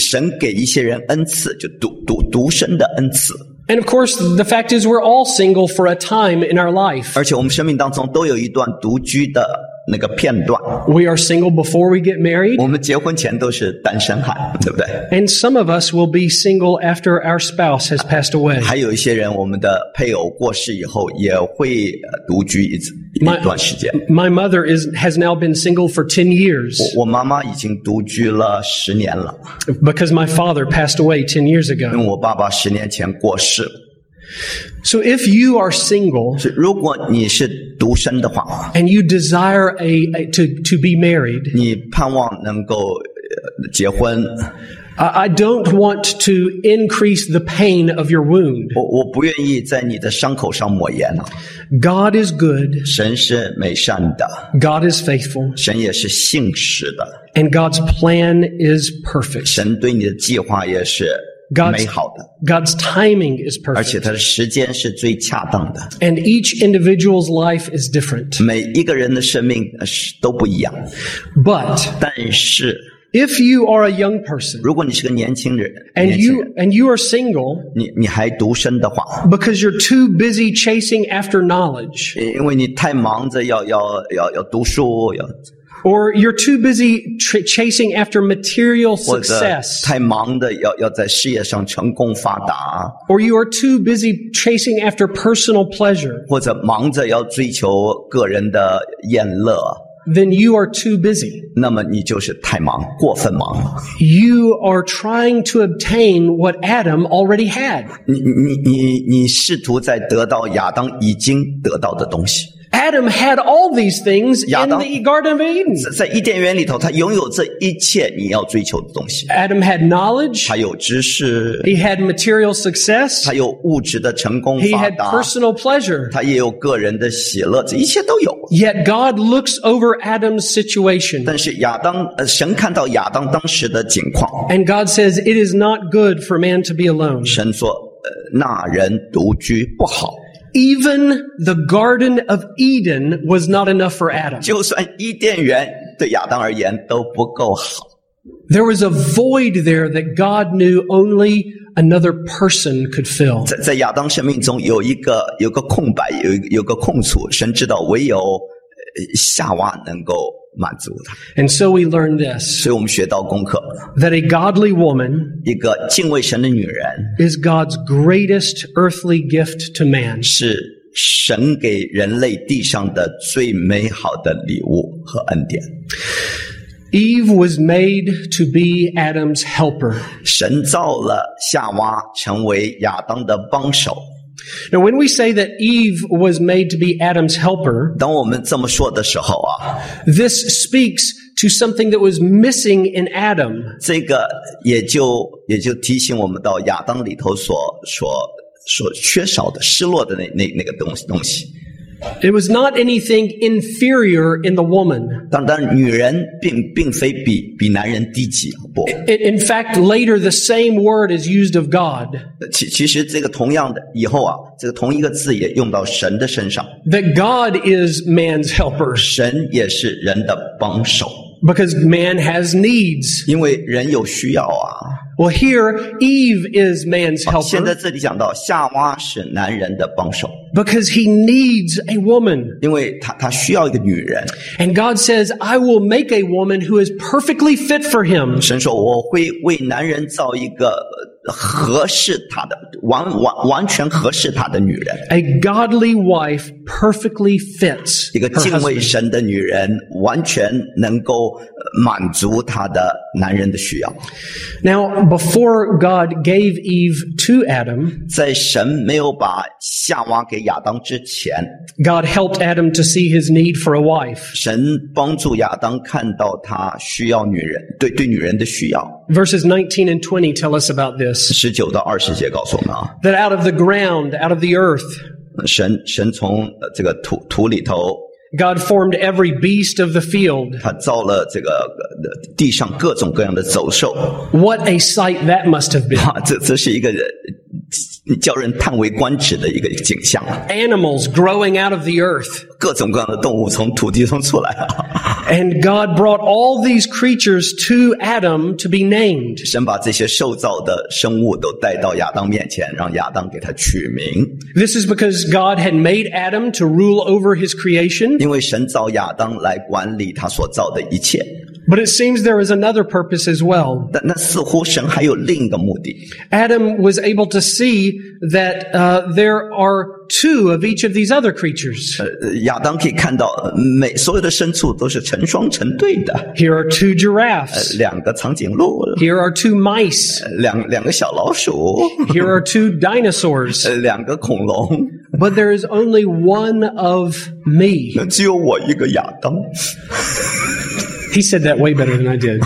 Speaker 2: 神给一些人恩赐，就独独独身的恩赐，
Speaker 1: And of course the fact is we're all single for a time in our life.
Speaker 2: 而且我们生命当中都有一段独居的那个片段。
Speaker 1: We are single before we get married.
Speaker 2: 我们结婚前都是单身汉，对不 对？
Speaker 1: And some of us will be single after our spouse has passed away.
Speaker 2: 还有一些人，我们的配偶过世以后也会呃独居一次一
Speaker 1: 妈
Speaker 2: 段时间。
Speaker 1: My mother is, has now been single for 10 years
Speaker 2: 我妈妈已经独居了十年了，
Speaker 1: because my father passed away 10 years
Speaker 2: 因
Speaker 1: ago.
Speaker 2: 为我爸爸十年前过世。
Speaker 1: So if you are single
Speaker 2: 所以如果你是独身的话，
Speaker 1: and you desire a, a- to, to be married,
Speaker 2: 你盼望能够呃结婚，
Speaker 1: I I don't want to increase the pain of your wound.
Speaker 2: 我我不愿意在你的伤口上抹盐了。啊
Speaker 1: God is good,
Speaker 2: 神是美善的，
Speaker 1: God is faithful,
Speaker 2: 神也是信实的，
Speaker 1: and God's plan is perfect.
Speaker 2: 神对你的计划也是
Speaker 1: God's-
Speaker 2: 美好的，
Speaker 1: God's timing is
Speaker 2: 而且
Speaker 1: perfect.
Speaker 2: 他的时间是最恰当的。
Speaker 1: And each individual's life is different.
Speaker 2: 每一个人的生命呃是都不一样，
Speaker 1: But
Speaker 2: 但是
Speaker 1: if you are a young person
Speaker 2: 如果你是个年轻人，
Speaker 1: and
Speaker 2: 年轻人
Speaker 1: you and you are single
Speaker 2: 你你还独身的话，
Speaker 1: because you're too busy chasing after knowledge
Speaker 2: 因为你太忙着要要要要读书，要
Speaker 1: or you're too busy tr- chasing after material
Speaker 2: 或者
Speaker 1: success
Speaker 2: 太忙的要要在事业上成功发达，
Speaker 1: or you are too busy chasing after personal pleasure
Speaker 2: 或者忙着要追求个人的宴乐，
Speaker 1: then you are too busy
Speaker 2: 那么你就是太忙，过分忙了。
Speaker 1: you are trying to obtain what Adam already had
Speaker 2: 你你你你试图在得到亚当已经得到的东西，
Speaker 1: Adam had all these things in
Speaker 2: Adam-
Speaker 1: the garden of Eden
Speaker 2: 在在伊甸园里头，他拥有这一切你要追求的东西，
Speaker 1: Adam had knowledge
Speaker 2: 他有知识，
Speaker 1: he had material success
Speaker 2: 他有物质的成功
Speaker 1: he
Speaker 2: 发
Speaker 1: had
Speaker 2: 达，
Speaker 1: personal pleasure
Speaker 2: 他也有个人的喜乐，这一切都有。
Speaker 1: Yet God looks over Adam's situation
Speaker 2: 但是亚当，呃，神看到亚当当时的景况，
Speaker 1: and God says, It is not good for man to be alone.
Speaker 2: 神说，呃，那人独居不好。
Speaker 1: Even the Garden of Eden was not enough for Adam.
Speaker 2: 就算伊甸园对亚当而言都不够好，
Speaker 1: There was a void there that God knew only another person could fill.
Speaker 2: 在在亚当生命中有一个有个空白，有一个有个空处，神知道唯有呃夏娃能够满足他。
Speaker 1: And so we learn this
Speaker 2: 所以我们学到功课，
Speaker 1: that a godly woman
Speaker 2: 一个敬畏神的女人
Speaker 1: is God's greatest earthly gift to man.
Speaker 2: 是神给人类地上的最美好的礼物和恩典。
Speaker 1: Eve was made to be Adam's helper.
Speaker 2: 神造了夏娃成为亚当的帮手。
Speaker 1: Now, when we say that Eve was made to be Adam's helper,
Speaker 2: 当我们这么说的时候啊，
Speaker 1: This speaks to something that was missing in Adam.
Speaker 2: 这个也就也就提醒我们到亚当里头所所所缺少的、失落的那那那个东西东西。
Speaker 1: It was not anything inferior in the woman.
Speaker 2: 当当然，女人并并非比比男人低级，不，
Speaker 1: I- In fact, later the same word is used of God
Speaker 2: 其其实这个同样的以后啊，这个同一个字也用到神的身上，
Speaker 1: that God is man's helper
Speaker 2: 神也是人的帮手，
Speaker 1: because man has needs.
Speaker 2: 因为人有需要啊。
Speaker 1: Well, here Eve is man's
Speaker 2: 现在
Speaker 1: helper
Speaker 2: 这里讲到夏娃是男人的帮手，
Speaker 1: because he needs a woman.
Speaker 2: 因为他他需要一个女人。
Speaker 1: And God says, I will make a woman who is perfectly fit for him.
Speaker 2: 神说：“我会为男人造一个呃合适他的、完完完全合适他的女人，
Speaker 1: A godly wife perfectly fits
Speaker 2: 一个
Speaker 1: her
Speaker 2: 敬畏
Speaker 1: husband.
Speaker 2: 神的女人，完全能够呃满足他的男人的需要。
Speaker 1: Now, before God gave Eve to Adam,
Speaker 2: 在神没有把夏娃给亚当之前，
Speaker 1: God helped Adam to see his need for a wife.
Speaker 2: 神帮助亚当看到他需要女人，对对女人的需要。
Speaker 1: Verses 19 and 20 tell us about this
Speaker 2: 十九到二十节告诉我们啊，
Speaker 1: that out of the ground, out of the earth,
Speaker 2: 神神从呃这个土土里头，
Speaker 1: God formed every beast of the field.
Speaker 2: 他造了这个呃地上各种各样的走兽。”
Speaker 1: What a sight that must have been.
Speaker 2: 啊，这这是一个呃叫人叹为观止的一个景象啊！
Speaker 1: Animals growing out of the earth.
Speaker 2: 各种各样的动物从土地中出来啊！
Speaker 1: And God brought all these creatures to Adam to be named.
Speaker 2: 神把这些受造的生物都带到亚当面前，让亚当给它取名。
Speaker 1: This is because God had made Adam to rule over his creation.
Speaker 2: 因为神造亚当来管理他所造的一切，
Speaker 1: But it seems there is another purpose as well.
Speaker 2: 但那似乎神还有另一个目的。
Speaker 1: Adam was able to see that uh, there are two of each of these other creatures.
Speaker 2: 呃，亚当可以看到，呃每所有的牲畜都是成双成对的，
Speaker 1: Here are two giraffes.
Speaker 2: 两个长颈鹿，
Speaker 1: Here are two mice.
Speaker 2: 两两个小老鼠，
Speaker 1: Here are two dinosaurs.
Speaker 2: 呃两个恐龙，
Speaker 1: But there is only one of me.
Speaker 2: 那只有我一个亚当。
Speaker 1: He said that way better than I did.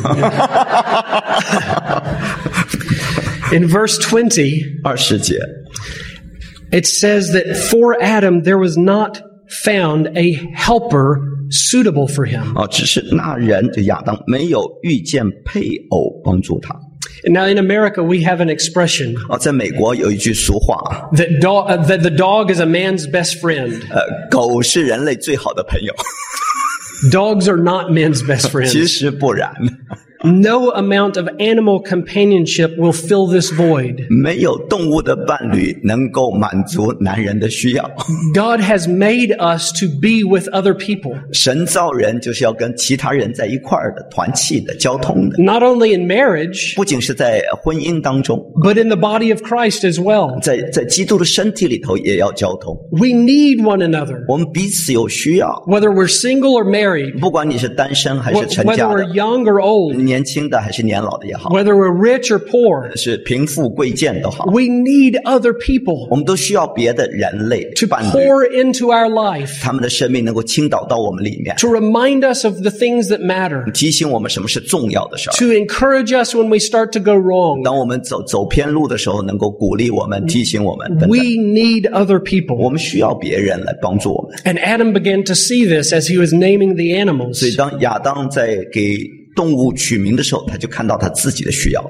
Speaker 1: In verse 20,
Speaker 2: 二十节，
Speaker 1: it says that for Adam there was not found a helper suitable for him.
Speaker 2: 啊，只是那人就亚当没有遇见配偶帮助他。
Speaker 1: Now, in America, we have an expression
Speaker 2: 啊，在美国有一句俗话啊，
Speaker 1: that, dog, uh, that the dog is a man's best friend.
Speaker 2: 呃，狗是人类最好的朋友。
Speaker 1: Dogs are not men's best
Speaker 2: 其
Speaker 1: friends.
Speaker 2: 实不然，
Speaker 1: No amount of animal companionship will fill this void.
Speaker 2: 没有动物的伴侣能够满足男人的需要。
Speaker 1: God has made us to be with other people,
Speaker 2: 神造人就是要跟其他人在一块儿的团契的交通的，
Speaker 1: not only in marriage,
Speaker 2: 不仅是在婚姻当中，
Speaker 1: but in the body of Christ as well.
Speaker 2: 在在基督的身体里头也要交通。
Speaker 1: We need one another,
Speaker 2: 我们彼此有需要，
Speaker 1: whether we're single or married,
Speaker 2: 不管你是单身还是
Speaker 1: wh-
Speaker 2: 成
Speaker 1: whether
Speaker 2: 家
Speaker 1: we're
Speaker 2: 的，
Speaker 1: young or old,
Speaker 2: 年轻的还是年老的也好，
Speaker 1: whether we're rich or poor.
Speaker 2: 是贫富贵贱都好，
Speaker 1: We need other
Speaker 2: 我
Speaker 1: people
Speaker 2: 们都需要别的人类
Speaker 1: to
Speaker 2: 伴侣，
Speaker 1: pour into our life,
Speaker 2: 他们的生命能够倾倒到我们里面，
Speaker 1: to remind us of the things that matter,
Speaker 2: 提醒我们什么是重要的事儿。
Speaker 1: to encourage us when we start to go wrong.
Speaker 2: 当我们走走偏路的时候，能够鼓励我们、提醒我们等等。
Speaker 1: We need other
Speaker 2: 我
Speaker 1: people.
Speaker 2: 们需要别人来帮助我们。
Speaker 1: And Adam began to see this as he was naming the
Speaker 2: 所以，
Speaker 1: animals.
Speaker 2: 当亚当在给动物取名的时候，他就看到他自己的需要，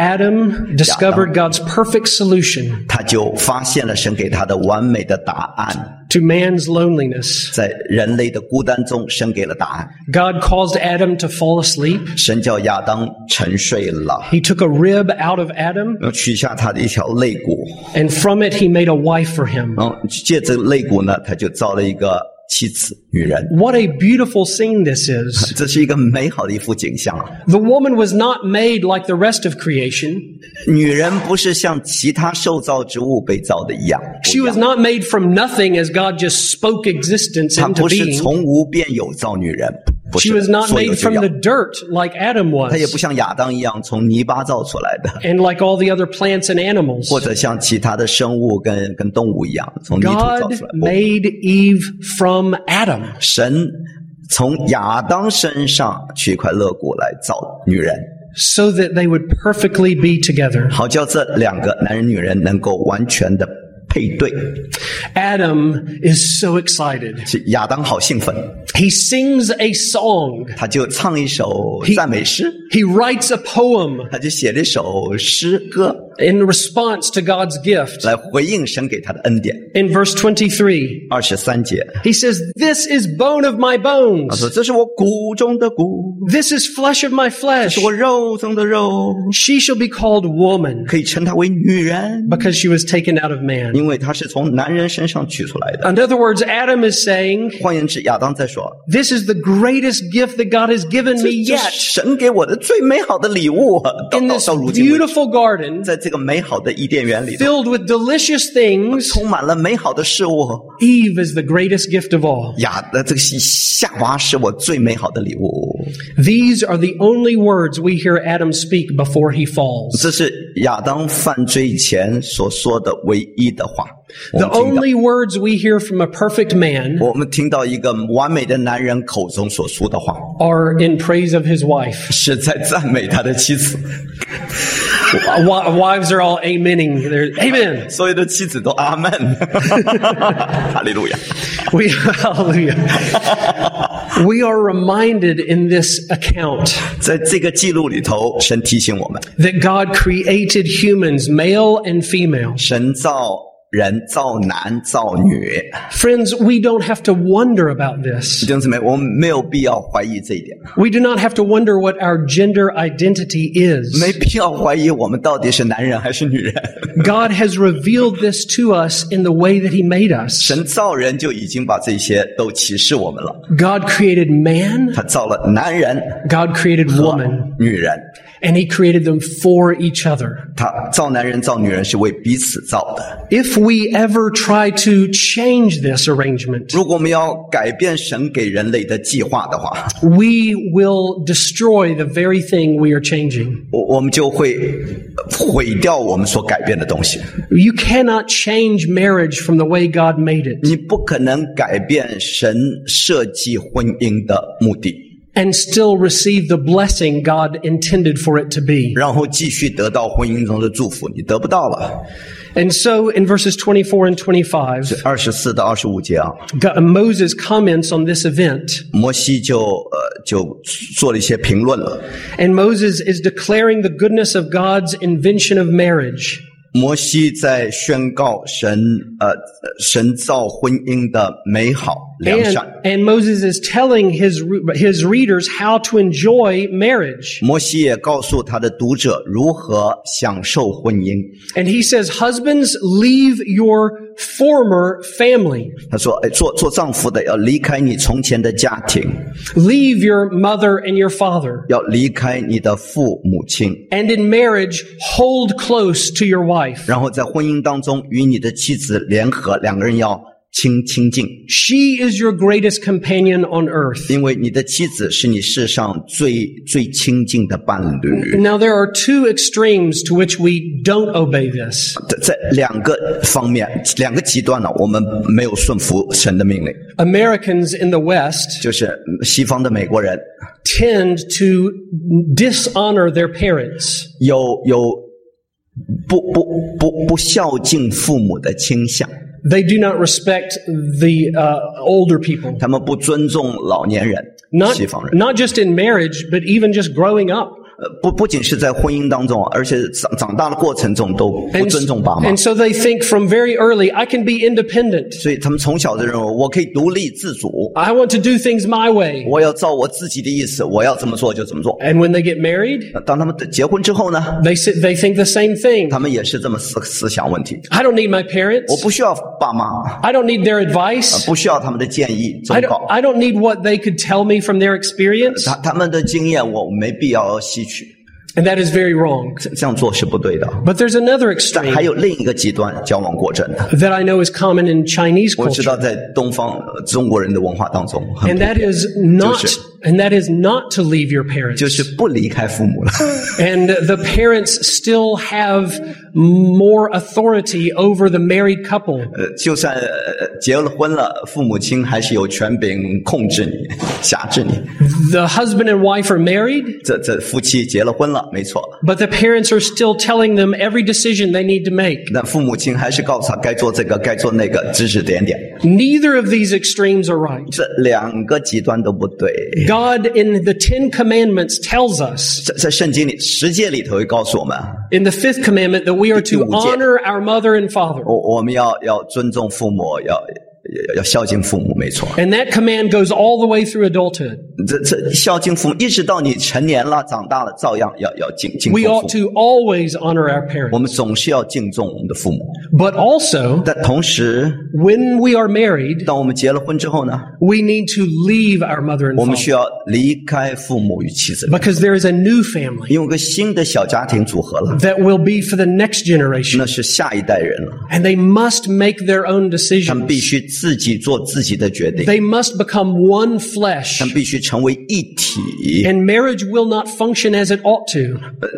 Speaker 1: Adam discovered God's perfect solution
Speaker 2: 他就发现了神给他的完美的答案。
Speaker 1: to man's loneliness.
Speaker 2: 在人类的孤单中，神给了答案。
Speaker 1: God caused Adam to fall asleep.
Speaker 2: 神叫亚当沉睡了，
Speaker 1: He took a rib out of Adam,
Speaker 2: 然后取下他的一条肋骨，
Speaker 1: and from it he made a wife for him.
Speaker 2: 然后借着肋骨呢，他就造了一个妻子女人。
Speaker 1: What a beautiful scene this is.
Speaker 2: 这是一个美好的一幅景象啊！
Speaker 1: The woman was not made like the rest of creation.
Speaker 2: 女人不是像其他受造之物被造的一样，不
Speaker 1: She
Speaker 2: 一样
Speaker 1: was not made from nothing as God just spoke existence
Speaker 2: 她
Speaker 1: into
Speaker 2: 不是
Speaker 1: being.
Speaker 2: 从无变有造女人，不
Speaker 1: She
Speaker 2: 是
Speaker 1: was not
Speaker 2: 所有
Speaker 1: made
Speaker 2: 就
Speaker 1: from
Speaker 2: 要
Speaker 1: the。dirt like Adam
Speaker 2: 她也不
Speaker 1: was
Speaker 2: 像亚当一样从泥巴造出来的，
Speaker 1: and like all the other plants and
Speaker 2: 或
Speaker 1: animals.
Speaker 2: 者像其他的生物跟跟动物一样从泥土造
Speaker 1: God
Speaker 2: 出来。不
Speaker 1: made Eve from Adam.
Speaker 2: 神从亚当身上取一块肋骨来造女人，
Speaker 1: so that they would perfectly be together.
Speaker 2: 好叫这两个男人女人能够完全的配对。
Speaker 1: Adam is so excited.
Speaker 2: 是亚当好兴奋，
Speaker 1: He sings a song.
Speaker 2: 他就唱一首赞美诗，
Speaker 1: He writes a poem
Speaker 2: 他就写了一首诗歌
Speaker 1: in response to God's gift.
Speaker 2: 来回应神给他的恩典。
Speaker 1: In verse 23,
Speaker 2: 二十三节，
Speaker 1: he says, This is bone of my
Speaker 2: 他说
Speaker 1: bones.
Speaker 2: 这是我骨中的骨，
Speaker 1: This is flesh of my flesh.
Speaker 2: 是我肉中的肉，
Speaker 1: She shall be called woman
Speaker 2: 可以称她为女人，
Speaker 1: because she was taken out of man.
Speaker 2: 因为她是从男人身上取出来的。
Speaker 1: In other words, Adam is saying,
Speaker 2: 换言之，亚当在说，
Speaker 1: This is the greatest gift that God has given
Speaker 2: 这
Speaker 1: me
Speaker 2: 这
Speaker 1: yet
Speaker 2: 神给我的最美好的礼物啊，到
Speaker 1: in
Speaker 2: 到
Speaker 1: this
Speaker 2: 到如今为止，
Speaker 1: beautiful garden
Speaker 2: 在这个美好的伊甸园里头，
Speaker 1: filled with delicious things.
Speaker 2: 充满了美好的事物。
Speaker 1: Eve is the greatest gift of all.
Speaker 2: 亚的这个夏娃是我最美好的礼物，
Speaker 1: These are the only words we hear Adam speak before he falls.
Speaker 2: 这是亚当犯罪前所说的唯一的话。我
Speaker 1: The
Speaker 2: 们听到
Speaker 1: only words we hear from a perfect man
Speaker 2: 我们听到一个完美的男人口中所说的话，
Speaker 1: are in praise of his wife.
Speaker 2: 是在赞美他的妻子。
Speaker 1: W- Wives are all amening. They're, amen.
Speaker 2: 所有的妻子都 阿门，哈利路亚。
Speaker 1: We, hallelujah. We are reminded in this account
Speaker 2: 在这个记录里头，神提醒我们，
Speaker 1: that God created humans, male and female.
Speaker 2: 神造人，造男，造女。
Speaker 1: Friends, we don't have to wonder about this.
Speaker 2: 弟兄姊妹，我们没有必要怀疑这一点，
Speaker 1: We do not have to wonder what our gender identity is.
Speaker 2: 没必要怀疑我们到底是男人还是女人。
Speaker 1: God has revealed this to us in the way that He made us.
Speaker 2: 神造人就已经把这些都启示我们了。
Speaker 1: God created man,
Speaker 2: 他造了男人、
Speaker 1: God created woman,
Speaker 2: 女人，
Speaker 1: and He created them for each other.
Speaker 2: 他造男人、造女人是为彼此造的。
Speaker 1: If we ever try to change this arrangement,
Speaker 2: 如果我们要改变神给人类的计划的话，
Speaker 1: we will destroy the very thing we are changing.
Speaker 2: 我我们就会毁掉我们所改变的东西。
Speaker 1: You cannot change marriage from the way God made it.
Speaker 2: 你不可能改变神设计婚姻的目的。
Speaker 1: and still receive the blessing God intended for it to be.
Speaker 2: 然后继续得到婚姻中的祝福，你得不到了。
Speaker 1: And so in verses 24 and 25,
Speaker 2: 二十四到二十五节啊，
Speaker 1: God, Moses comments on this event,
Speaker 2: 摩西就呃就做了一些评论了。
Speaker 1: and Moses is declaring the goodness of God's invention of marriage.
Speaker 2: 摩西在宣告神呃神造婚姻的美好良
Speaker 1: And,
Speaker 2: 善。
Speaker 1: and Moses is telling his, re- his readers how to enjoy marriage.
Speaker 2: 摩西也告诉他的读者如何享受婚姻。
Speaker 1: And he says, Husbands, leave your former family,
Speaker 2: 他说：“哎，做做丈夫的要离开你从前的家庭，
Speaker 1: leave your mother and your father.
Speaker 2: 要离开你的父母亲，
Speaker 1: And in marriage, hold close to your wife.
Speaker 2: 然后在婚姻当中与你的妻子联合，两个人要亲亲近，
Speaker 1: She is your greatest companion on earth.
Speaker 2: 因为你的妻子是你世上最最亲近的伴侣。
Speaker 1: Now, there are two extremes to which we don't obey this.
Speaker 2: 在在两个方面，两个极端呢，我们没有顺服神的命令，
Speaker 1: Americans in the West
Speaker 2: 就是西方的美国人
Speaker 1: tend to dishonor their parents.
Speaker 2: 有有不不不不孝敬父母的倾向，
Speaker 1: They do not respect the uh, older people.
Speaker 2: 他们不尊重老年人，
Speaker 1: Not,
Speaker 2: 西方人。”
Speaker 1: not just in marriage, but even just growing up.
Speaker 2: 呃，不不仅是在婚姻当中，啊而且长长大的过程中都不
Speaker 1: And,
Speaker 2: 尊重爸妈
Speaker 1: and，so they think from very early, I can be independent.
Speaker 2: 所以他们从小就认为我可以独立自主，
Speaker 1: I want to do things my way.
Speaker 2: 我要照我自己的意思，我要怎么做就怎么做。
Speaker 1: And when they get married,
Speaker 2: 当他们结婚之后呢，
Speaker 1: they, sit, they think the same thing.
Speaker 2: 他们也是这么思思想问题，
Speaker 1: I don't need my
Speaker 2: 我
Speaker 1: parents.
Speaker 2: 不需要爸妈，
Speaker 1: I don't need their advice.
Speaker 2: 不需要他们的建议
Speaker 1: I don't,
Speaker 2: 忠告，
Speaker 1: I don't need what they could tell me from their experience.
Speaker 2: 他他们的经验我没必要吸取，
Speaker 1: And that is very wrong.
Speaker 2: 这这样做是不对的。
Speaker 1: But there's another
Speaker 2: 但还
Speaker 1: extreme
Speaker 2: 有另一个极端，矫枉过正。
Speaker 1: that I know is common in Chinese
Speaker 2: 我知
Speaker 1: culture.
Speaker 2: 道在东方呃中国人的文化当中，很
Speaker 1: And that is not, and that is not to leave your
Speaker 2: 就
Speaker 1: parents.
Speaker 2: 是不离开父母了。
Speaker 1: And the parents still have more authority over the married couple.
Speaker 2: 呃，就算呃结了婚了，父母亲还是有权柄控制你、辖制你。
Speaker 1: The husband and wife are married,
Speaker 2: 这这夫妻结了婚了，没错，
Speaker 1: but the parents are still telling them every decision they need to make.
Speaker 2: 但父母亲还是告诉他该做这个，该做那个，指指点点。
Speaker 1: Neither of these extremes are right.
Speaker 2: 这两个极端都不对。
Speaker 1: God in the Ten Commandments tells us
Speaker 2: 在在圣经里十诫里头会告诉我们，
Speaker 1: in the fifth commandment that we are to
Speaker 2: Fifth
Speaker 1: honor our mother and father.
Speaker 2: 我我们要要尊重父母，要要要孝敬父母，没错。
Speaker 1: And that command goes all the way through adulthood.
Speaker 2: 这这孝敬父母，一直到你成年了、长大了，照样要要敬敬重
Speaker 1: We
Speaker 2: 父
Speaker 1: ought
Speaker 2: 母。
Speaker 1: to always honor our
Speaker 2: 我
Speaker 1: parents.
Speaker 2: 们总是要敬重我们的父母，
Speaker 1: But also,
Speaker 2: 但同时，
Speaker 1: when we are married,
Speaker 2: 当我们结了婚之后呢，
Speaker 1: we need to leave our mother and
Speaker 2: 我们
Speaker 1: father
Speaker 2: 需要离开父母与妻子，
Speaker 1: because there is a new family
Speaker 2: 用个新的小家庭组合了，
Speaker 1: that will be for the next generation.
Speaker 2: 那是下一代人了。
Speaker 1: And they must make their own
Speaker 2: 他
Speaker 1: decisions.
Speaker 2: 们必须自己做自己的决定，
Speaker 1: They must become one flesh.
Speaker 2: 他们必须成为一体。
Speaker 1: And marriage will not function as it ought to
Speaker 2: 呃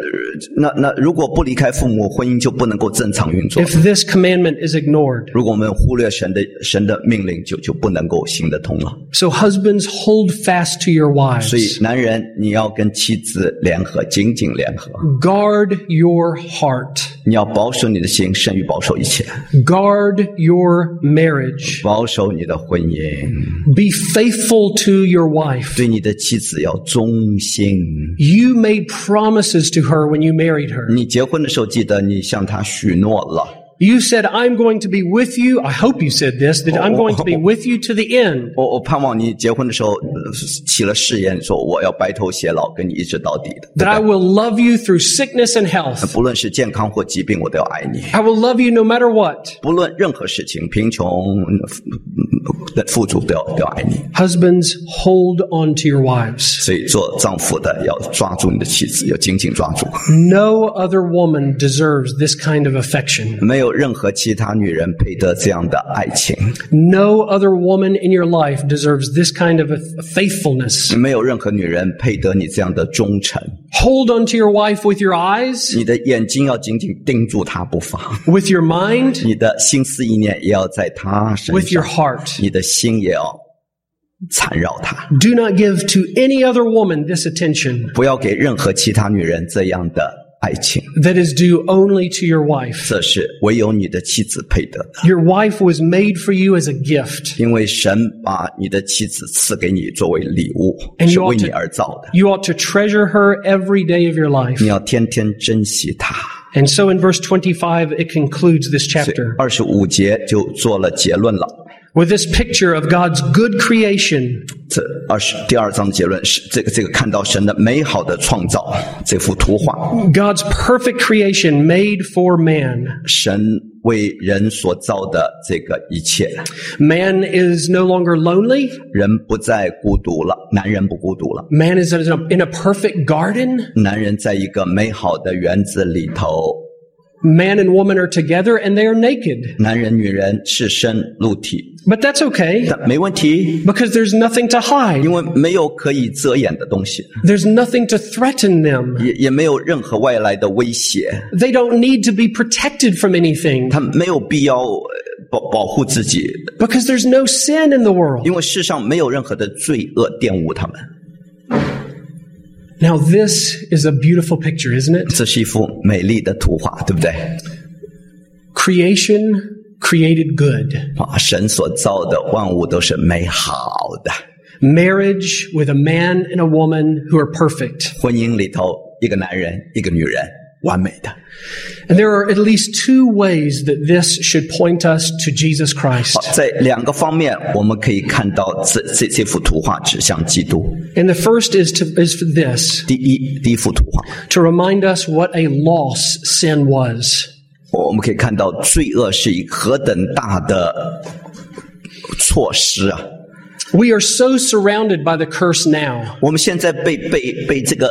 Speaker 2: 那那如果不离开父母，婚姻就不能够正常运作
Speaker 1: if。this commandment is ignored.
Speaker 2: 如果我们忽略神的神的命令，就就不能够行得通了。
Speaker 1: So husbands, hold fast to your
Speaker 2: 所以
Speaker 1: wives.
Speaker 2: 男人，你要跟妻子联合，紧紧联合，
Speaker 1: 嗯 Guard your heart.
Speaker 2: 你要保守你的心，胜于保守一切，
Speaker 1: Guard your marriage.
Speaker 2: 保守你的婚姻。
Speaker 1: Be faithful to your wife.
Speaker 2: 对你的妻子要忠心。
Speaker 1: You made promises to her when you married her.
Speaker 2: 你结婚的时候，记得你向她许诺了，
Speaker 1: You said, I'm going to be with you. I hope you said this, that I'm going to be with you to the end.
Speaker 2: 我我盼望你结婚的时候呃起了誓言，说我要白头偕老，跟你一直到底的。
Speaker 1: That I will love you through sickness and health.
Speaker 2: 不论是健康或疾病，我都要爱你。
Speaker 1: I will love you no matter what.
Speaker 2: 不论任何事情，贫穷、呃富足，都要都要爱你。
Speaker 1: Husbands, hold on to your wives.
Speaker 2: 所以，做丈夫的要抓住你的妻子，要紧紧抓住。
Speaker 1: No other woman deserves this kind of affection.
Speaker 2: 没有任何其他女人配得这样的爱情，
Speaker 1: No other woman in your life deserves this kind of a- faithfulness.
Speaker 2: 没有任何女人配得你这样的忠诚。
Speaker 1: Hold on to your wife with your eyes,
Speaker 2: 你的眼睛要紧紧盯住她不放。
Speaker 1: with your mind,
Speaker 2: 你的心思意念也要在他身
Speaker 1: with your
Speaker 2: 上，
Speaker 1: heart.
Speaker 2: 你的心也要缠绕他，
Speaker 1: Do not give to any other woman this attention
Speaker 2: 不要给任何其他女人这样的爱情，
Speaker 1: that is due only to your wife.
Speaker 2: 这是唯有你的妻子配得的，
Speaker 1: Your wife was made for you as a gift.
Speaker 2: 因为神把你的妻子赐给你作为礼物，
Speaker 1: And
Speaker 2: 是
Speaker 1: you ought
Speaker 2: 为你
Speaker 1: to-
Speaker 2: 而造的，
Speaker 1: You ought to treasure her every day of your life.
Speaker 2: 你要天天珍惜她。
Speaker 1: And so in verse 25, it concludes this chapter
Speaker 2: 二十五节就做了结论了。
Speaker 1: with this picture of God's good creation
Speaker 2: 这二十第二章结论是这个这个看到神的美好的创造这幅图画，
Speaker 1: God's perfect creation made for man.
Speaker 2: 神为人所造的这个一切，
Speaker 1: Man is no longer lonely.
Speaker 2: 人不再孤独了，男人不孤独了，
Speaker 1: Man is in a, in a perfect garden.
Speaker 2: 男人在一个美好的园子里头，
Speaker 1: Man and woman are together and they are naked.
Speaker 2: 男人女人赤身露体，
Speaker 1: But that's okay
Speaker 2: 但没问题，
Speaker 1: because there's nothing to hide.
Speaker 2: 因为没有可以遮掩的东西，
Speaker 1: There's nothing to threaten them.
Speaker 2: 也也没有任何外来的威胁，
Speaker 1: They don't need to be protected from anything
Speaker 2: 他没有必要呃保保护自己，
Speaker 1: because there's no sin in the
Speaker 2: 因
Speaker 1: world.
Speaker 2: 为世上没有任何的罪恶玷污他们。
Speaker 1: Now, this is a beautiful picture, isn't it?
Speaker 2: 这是一幅美丽的图画，对不对？
Speaker 1: Creation created good.
Speaker 2: 啊，神所造的万物都是美好的。
Speaker 1: Marriage with a man and a woman who are perfect.
Speaker 2: 婚姻里头，一个男人，一个女人，完美的。
Speaker 1: And there are at least two ways that this should point us to Jesus Christ.
Speaker 2: 在两个方面，我们可以看到这这这幅图画指向基督。
Speaker 1: And the first is to, is for this,
Speaker 2: 第一，第一幅图画，
Speaker 1: to remind us what a loss sin was.
Speaker 2: 我们可以看到罪恶是一何等大的措施啊！
Speaker 1: We are so surrounded by the curse now.
Speaker 2: 我们现在被被被这个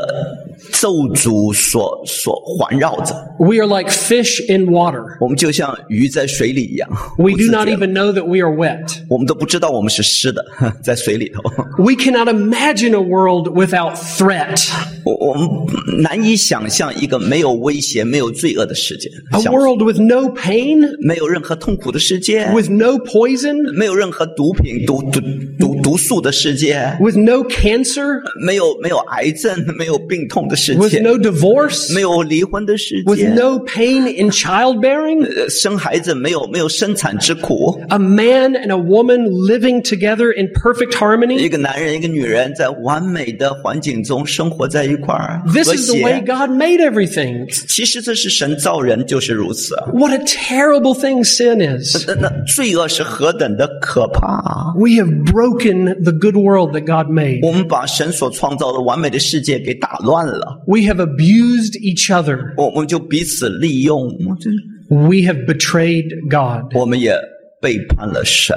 Speaker 2: 咒诅所所环绕着，
Speaker 1: We are like fish in water.
Speaker 2: 我们就像鱼在水里一样。
Speaker 1: We
Speaker 2: 不自
Speaker 1: do
Speaker 2: 觉
Speaker 1: not even know that we are wet.
Speaker 2: 我们都不知道我们是湿的， 在水里头，
Speaker 1: We cannot imagine a world without threat,
Speaker 2: 我我们难以想象一个没有威胁、没有罪恶的世界，
Speaker 1: a
Speaker 2: 想
Speaker 1: world with no pain,
Speaker 2: 没有任何痛苦的世界，
Speaker 1: with no poison,
Speaker 2: 没有任何毒品、毒毒毒毒素的世界，
Speaker 1: with no cancer,
Speaker 2: 没有没有癌症、没有病痛的世
Speaker 1: with
Speaker 2: 界，
Speaker 1: no divorce,
Speaker 2: 没有离婚的世
Speaker 1: with
Speaker 2: 界，
Speaker 1: no pain in childbearing.
Speaker 2: 呃生孩子没有没有生产之苦，
Speaker 1: A man and a woman living together in perfect
Speaker 2: 一
Speaker 1: harmony.
Speaker 2: 个男人一个女人在完美的环境中生活在一块儿，
Speaker 1: This
Speaker 2: 和
Speaker 1: is the way
Speaker 2: 谐。
Speaker 1: God made everything.
Speaker 2: 其实这是神造人就是如此啊。
Speaker 1: What a terrible thing sin is.
Speaker 2: 那那罪恶是何等的可怕啊！
Speaker 1: We have broken the good world that God made.
Speaker 2: 我们把神所创造的完美的世界给打乱了，
Speaker 1: We have abused each other.
Speaker 2: 我我们就彼此利用，
Speaker 1: We have betrayed God.
Speaker 2: 我们也背叛了神。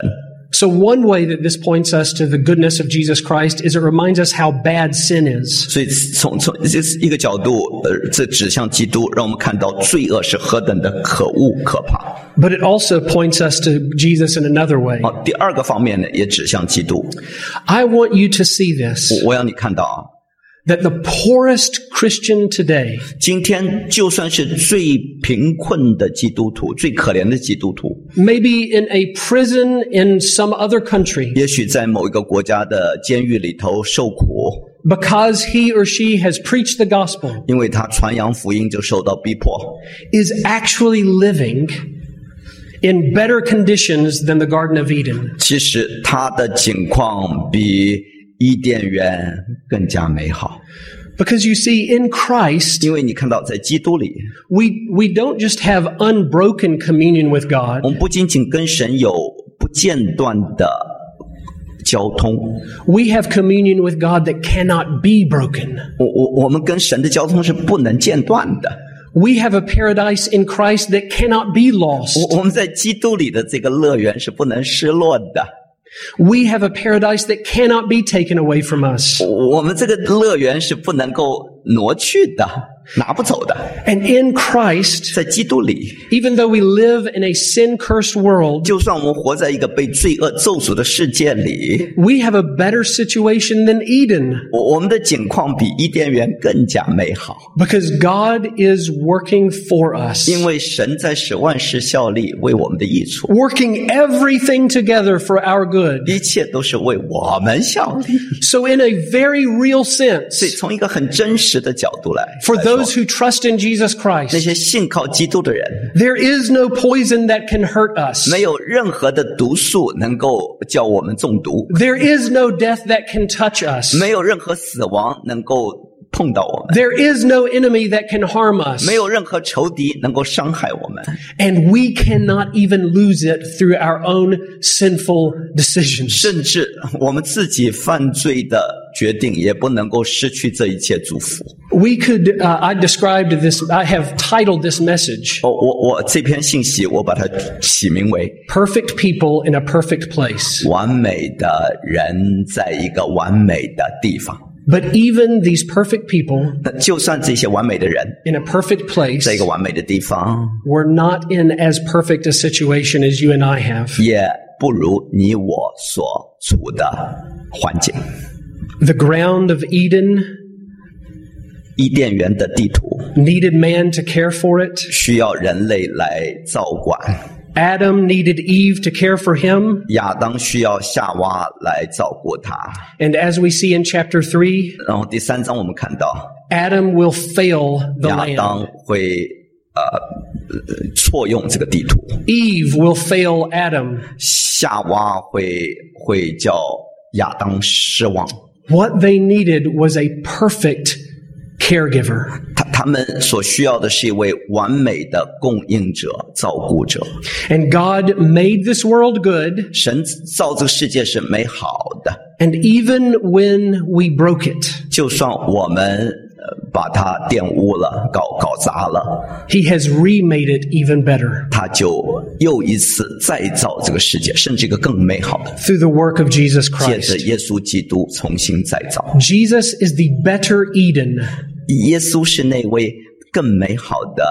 Speaker 1: So one way that this points us to the goodness of Jesus Christ is it reminds us how bad sin is.
Speaker 2: 所以从从这是一个角度，呃，这指向基督，让我们看到罪恶是何等的可恶可怕。
Speaker 1: But it also points us to Jesus in another way.
Speaker 2: 好，第二个方面呢，也指向基督。
Speaker 1: I want you to see this,
Speaker 2: 我要你看到啊，
Speaker 1: that the poorest Christian today
Speaker 2: 今天就算是最贫困的基督徒，最可怜的基督徒，
Speaker 1: maybe in a prison in some other country
Speaker 2: 也许在某一个国家的监狱里头受苦，
Speaker 1: because he or she has preached the gospel
Speaker 2: 因为他传扬福音就受到逼迫，
Speaker 1: is actually living in better conditions than the Garden of Eden.
Speaker 2: 其实他的境况比伊甸园更加美好，
Speaker 1: Because you see, in Christ,
Speaker 2: 因为你看到在基督里，
Speaker 1: we, we don't just have unbroken communion with God.
Speaker 2: 我们不仅仅跟神有不间断的交通，
Speaker 1: We have communion with God that cannot be broken.
Speaker 2: 我我我们跟神的交通是不能间断的。
Speaker 1: We have a paradise in Christ that cannot be lost.
Speaker 2: 我我们在基督里的这个乐园是不能失落的，
Speaker 1: We have a paradise that cannot be taken away from us.
Speaker 2: 我我们这个乐园是不能够挪去的。拿不走的，
Speaker 1: And in Christ,
Speaker 2: 在基督里，
Speaker 1: even though we live in a sin cursed world,
Speaker 2: 就算我们活在一个被罪恶咒诅的世界里，
Speaker 1: we have a better situation than Eden
Speaker 2: 我我们的境况比伊甸园更加美好，
Speaker 1: because God is working for us,
Speaker 2: 因为神在使万事效力，为我们的益处，
Speaker 1: working everything together for our good.
Speaker 2: 一切都是为我们效力。
Speaker 1: So, in a very real
Speaker 2: 所以
Speaker 1: sense,
Speaker 2: 从一个很真实的角度来
Speaker 1: for
Speaker 2: 来说
Speaker 1: those who trust in Jesus
Speaker 2: 那
Speaker 1: Christ,
Speaker 2: 些信靠基督的人，
Speaker 1: there is no poison that can hurt us.
Speaker 2: 没有任何的毒素能够叫我们中毒，
Speaker 1: There is no death that can touch us.
Speaker 2: 没有任何死亡能够碰到我们，
Speaker 1: There is no enemy that can harm us.
Speaker 2: 没有任何仇敌能够伤害我们，
Speaker 1: And we cannot even lose it through our own sinful decisions.
Speaker 2: 甚至我们自己犯罪的决定也不能够失去这一切祝福。
Speaker 1: We could, uh, I described this, I have titled this message,
Speaker 2: 哦，我我这篇信息我把它起名为
Speaker 1: Perfect People in a Perfect Place.
Speaker 2: “完美的人在一个完美的地方
Speaker 1: But even these perfect people ”。
Speaker 2: 那就算这些完美的人
Speaker 1: in a perfect place
Speaker 2: 在一个完美的地方，
Speaker 1: were not in as perfect a situation as you and I have.
Speaker 2: 也不如你我所处的环境。
Speaker 1: The ground of Eden
Speaker 2: 伊甸园的地图
Speaker 1: needed man to care for it.
Speaker 2: 需要人类来照管，
Speaker 1: Adam needed Eve to care for him.
Speaker 2: 亚当需要夏娃来照顾他。
Speaker 1: And as we see in chapter 3,
Speaker 2: 然后第三章我们看到
Speaker 1: Adam will fail the
Speaker 2: 亚
Speaker 1: land.
Speaker 2: 当会呃呃错用这个地图，
Speaker 1: Eve will fail Adam.
Speaker 2: 夏娃会会叫亚当失望。
Speaker 1: What they needed was a perfect caregiver.
Speaker 2: 他他们所需要的是一位完美的供应者、照顾者。
Speaker 1: And God made this world good.
Speaker 2: 神造这个世界是美好的，
Speaker 1: And even when we broke it,
Speaker 2: 就算我们呃把它玷污了、搞搞砸了，
Speaker 1: He has remade it even better
Speaker 2: 他就又一次再造这个世界，甚至一个更美好的，
Speaker 1: through the work of Jesus
Speaker 2: 借着
Speaker 1: Christ.
Speaker 2: 耶稣基督重新再造。
Speaker 1: Jesus is the better Eden
Speaker 2: 耶稣是那位更美好的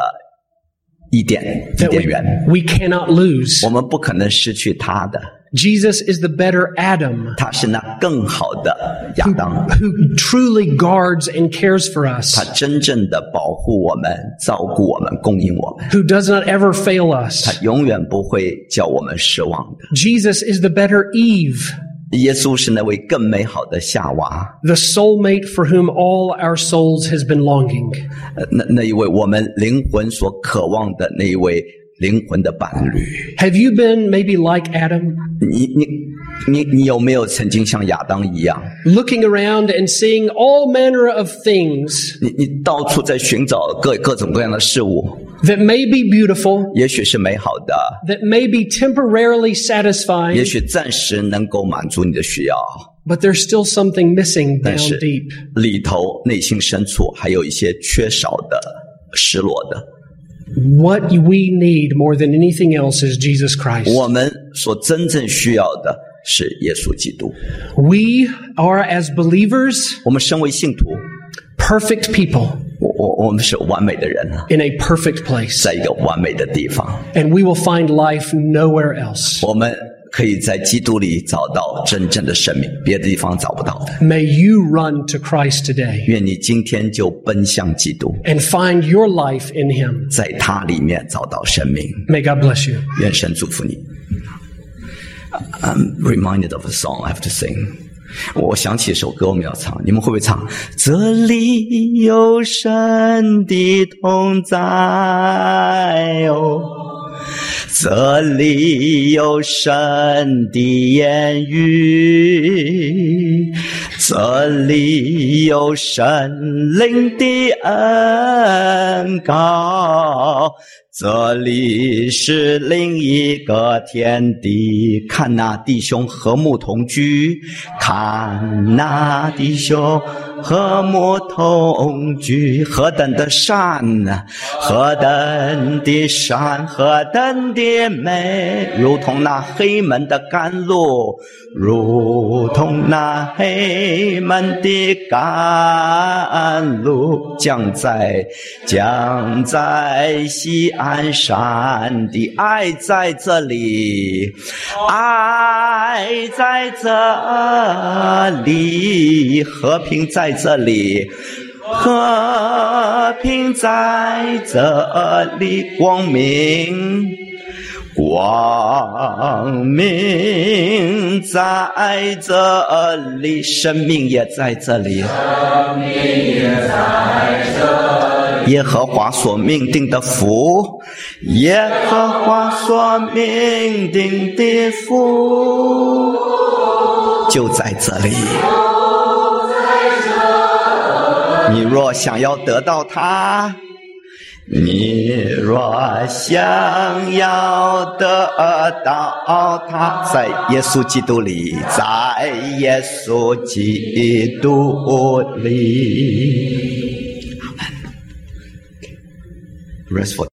Speaker 2: 伊甸伊
Speaker 1: that
Speaker 2: 甸
Speaker 1: we,
Speaker 2: 园，
Speaker 1: we cannot lose.
Speaker 2: 我们不可能失去他的，
Speaker 1: Jesus is the better Adam
Speaker 2: 他是那更好的亚当，
Speaker 1: who truly guards and cares for
Speaker 2: 他
Speaker 1: us,
Speaker 2: 真正的保护我们、照顾我们、供应我们，
Speaker 1: who does not ever fail
Speaker 2: 他
Speaker 1: us.
Speaker 2: 永远不会叫我们失望的。
Speaker 1: Jesus is the better Eve
Speaker 2: 耶稣是那位更美好的夏娃，
Speaker 1: the soulmate for whom all our souls has been longing.
Speaker 2: 呃那那一位我们灵魂所渴望的那一位灵魂的伴侣。
Speaker 1: Have you been maybe like Adam,
Speaker 2: 你你你你有没有曾经像亚当一样，
Speaker 1: looking around and seeing all manner of things
Speaker 2: 你你到处在寻找各各种各样的事物，
Speaker 1: that may be beautiful,
Speaker 2: 也许是美好的，
Speaker 1: that may be temporarily
Speaker 2: 也
Speaker 1: satisfying,
Speaker 2: 许暂时能够满足你的需要，
Speaker 1: but there's still something missing down
Speaker 2: 但是
Speaker 1: deep?
Speaker 2: 里头内心深处还有一些缺少的、失落的。
Speaker 1: What we need more than anything else is Jesus Christ.
Speaker 2: 我们所真正需要的是耶稣基督。
Speaker 1: We are, as believers,
Speaker 2: 我们身为信徒，
Speaker 1: perfect people
Speaker 2: 我我我们是完美的人，啊
Speaker 1: in a perfect place,
Speaker 2: 在一个完美的地方。
Speaker 1: and we will find life nowhere else.
Speaker 2: 我们可以在基督里找到真正的生命，别的地方找不到的。
Speaker 1: May you run to Christ today
Speaker 2: 愿你今天就奔向基督，
Speaker 1: and find your life in Him.
Speaker 2: 在他里面找到生命。
Speaker 1: May God bless you.
Speaker 2: 愿神祝福你。I'm reminded of a song I have to sing。我想起一首歌，我们要唱，你们会不会唱？这里有神的同在哦，这里有神的言语，这里有神灵的恩膏，这里是另一个天地，看那弟兄和睦同居，看那弟兄和睦同居，何等的善呐，何等的善，何等的美，如同那黑门的甘露，如同那黑门的甘露，降在降在西安山的爱在这里，爱在这里，和平在这里。和平在这里，光明，光明在这里，生命也在这里。生命也在这里。耶和华所命定的福，耶和华所命定的福，就在这里。你若想要得到它，你若想要得到它，在耶稣基督里，在耶稣基督里。Rest for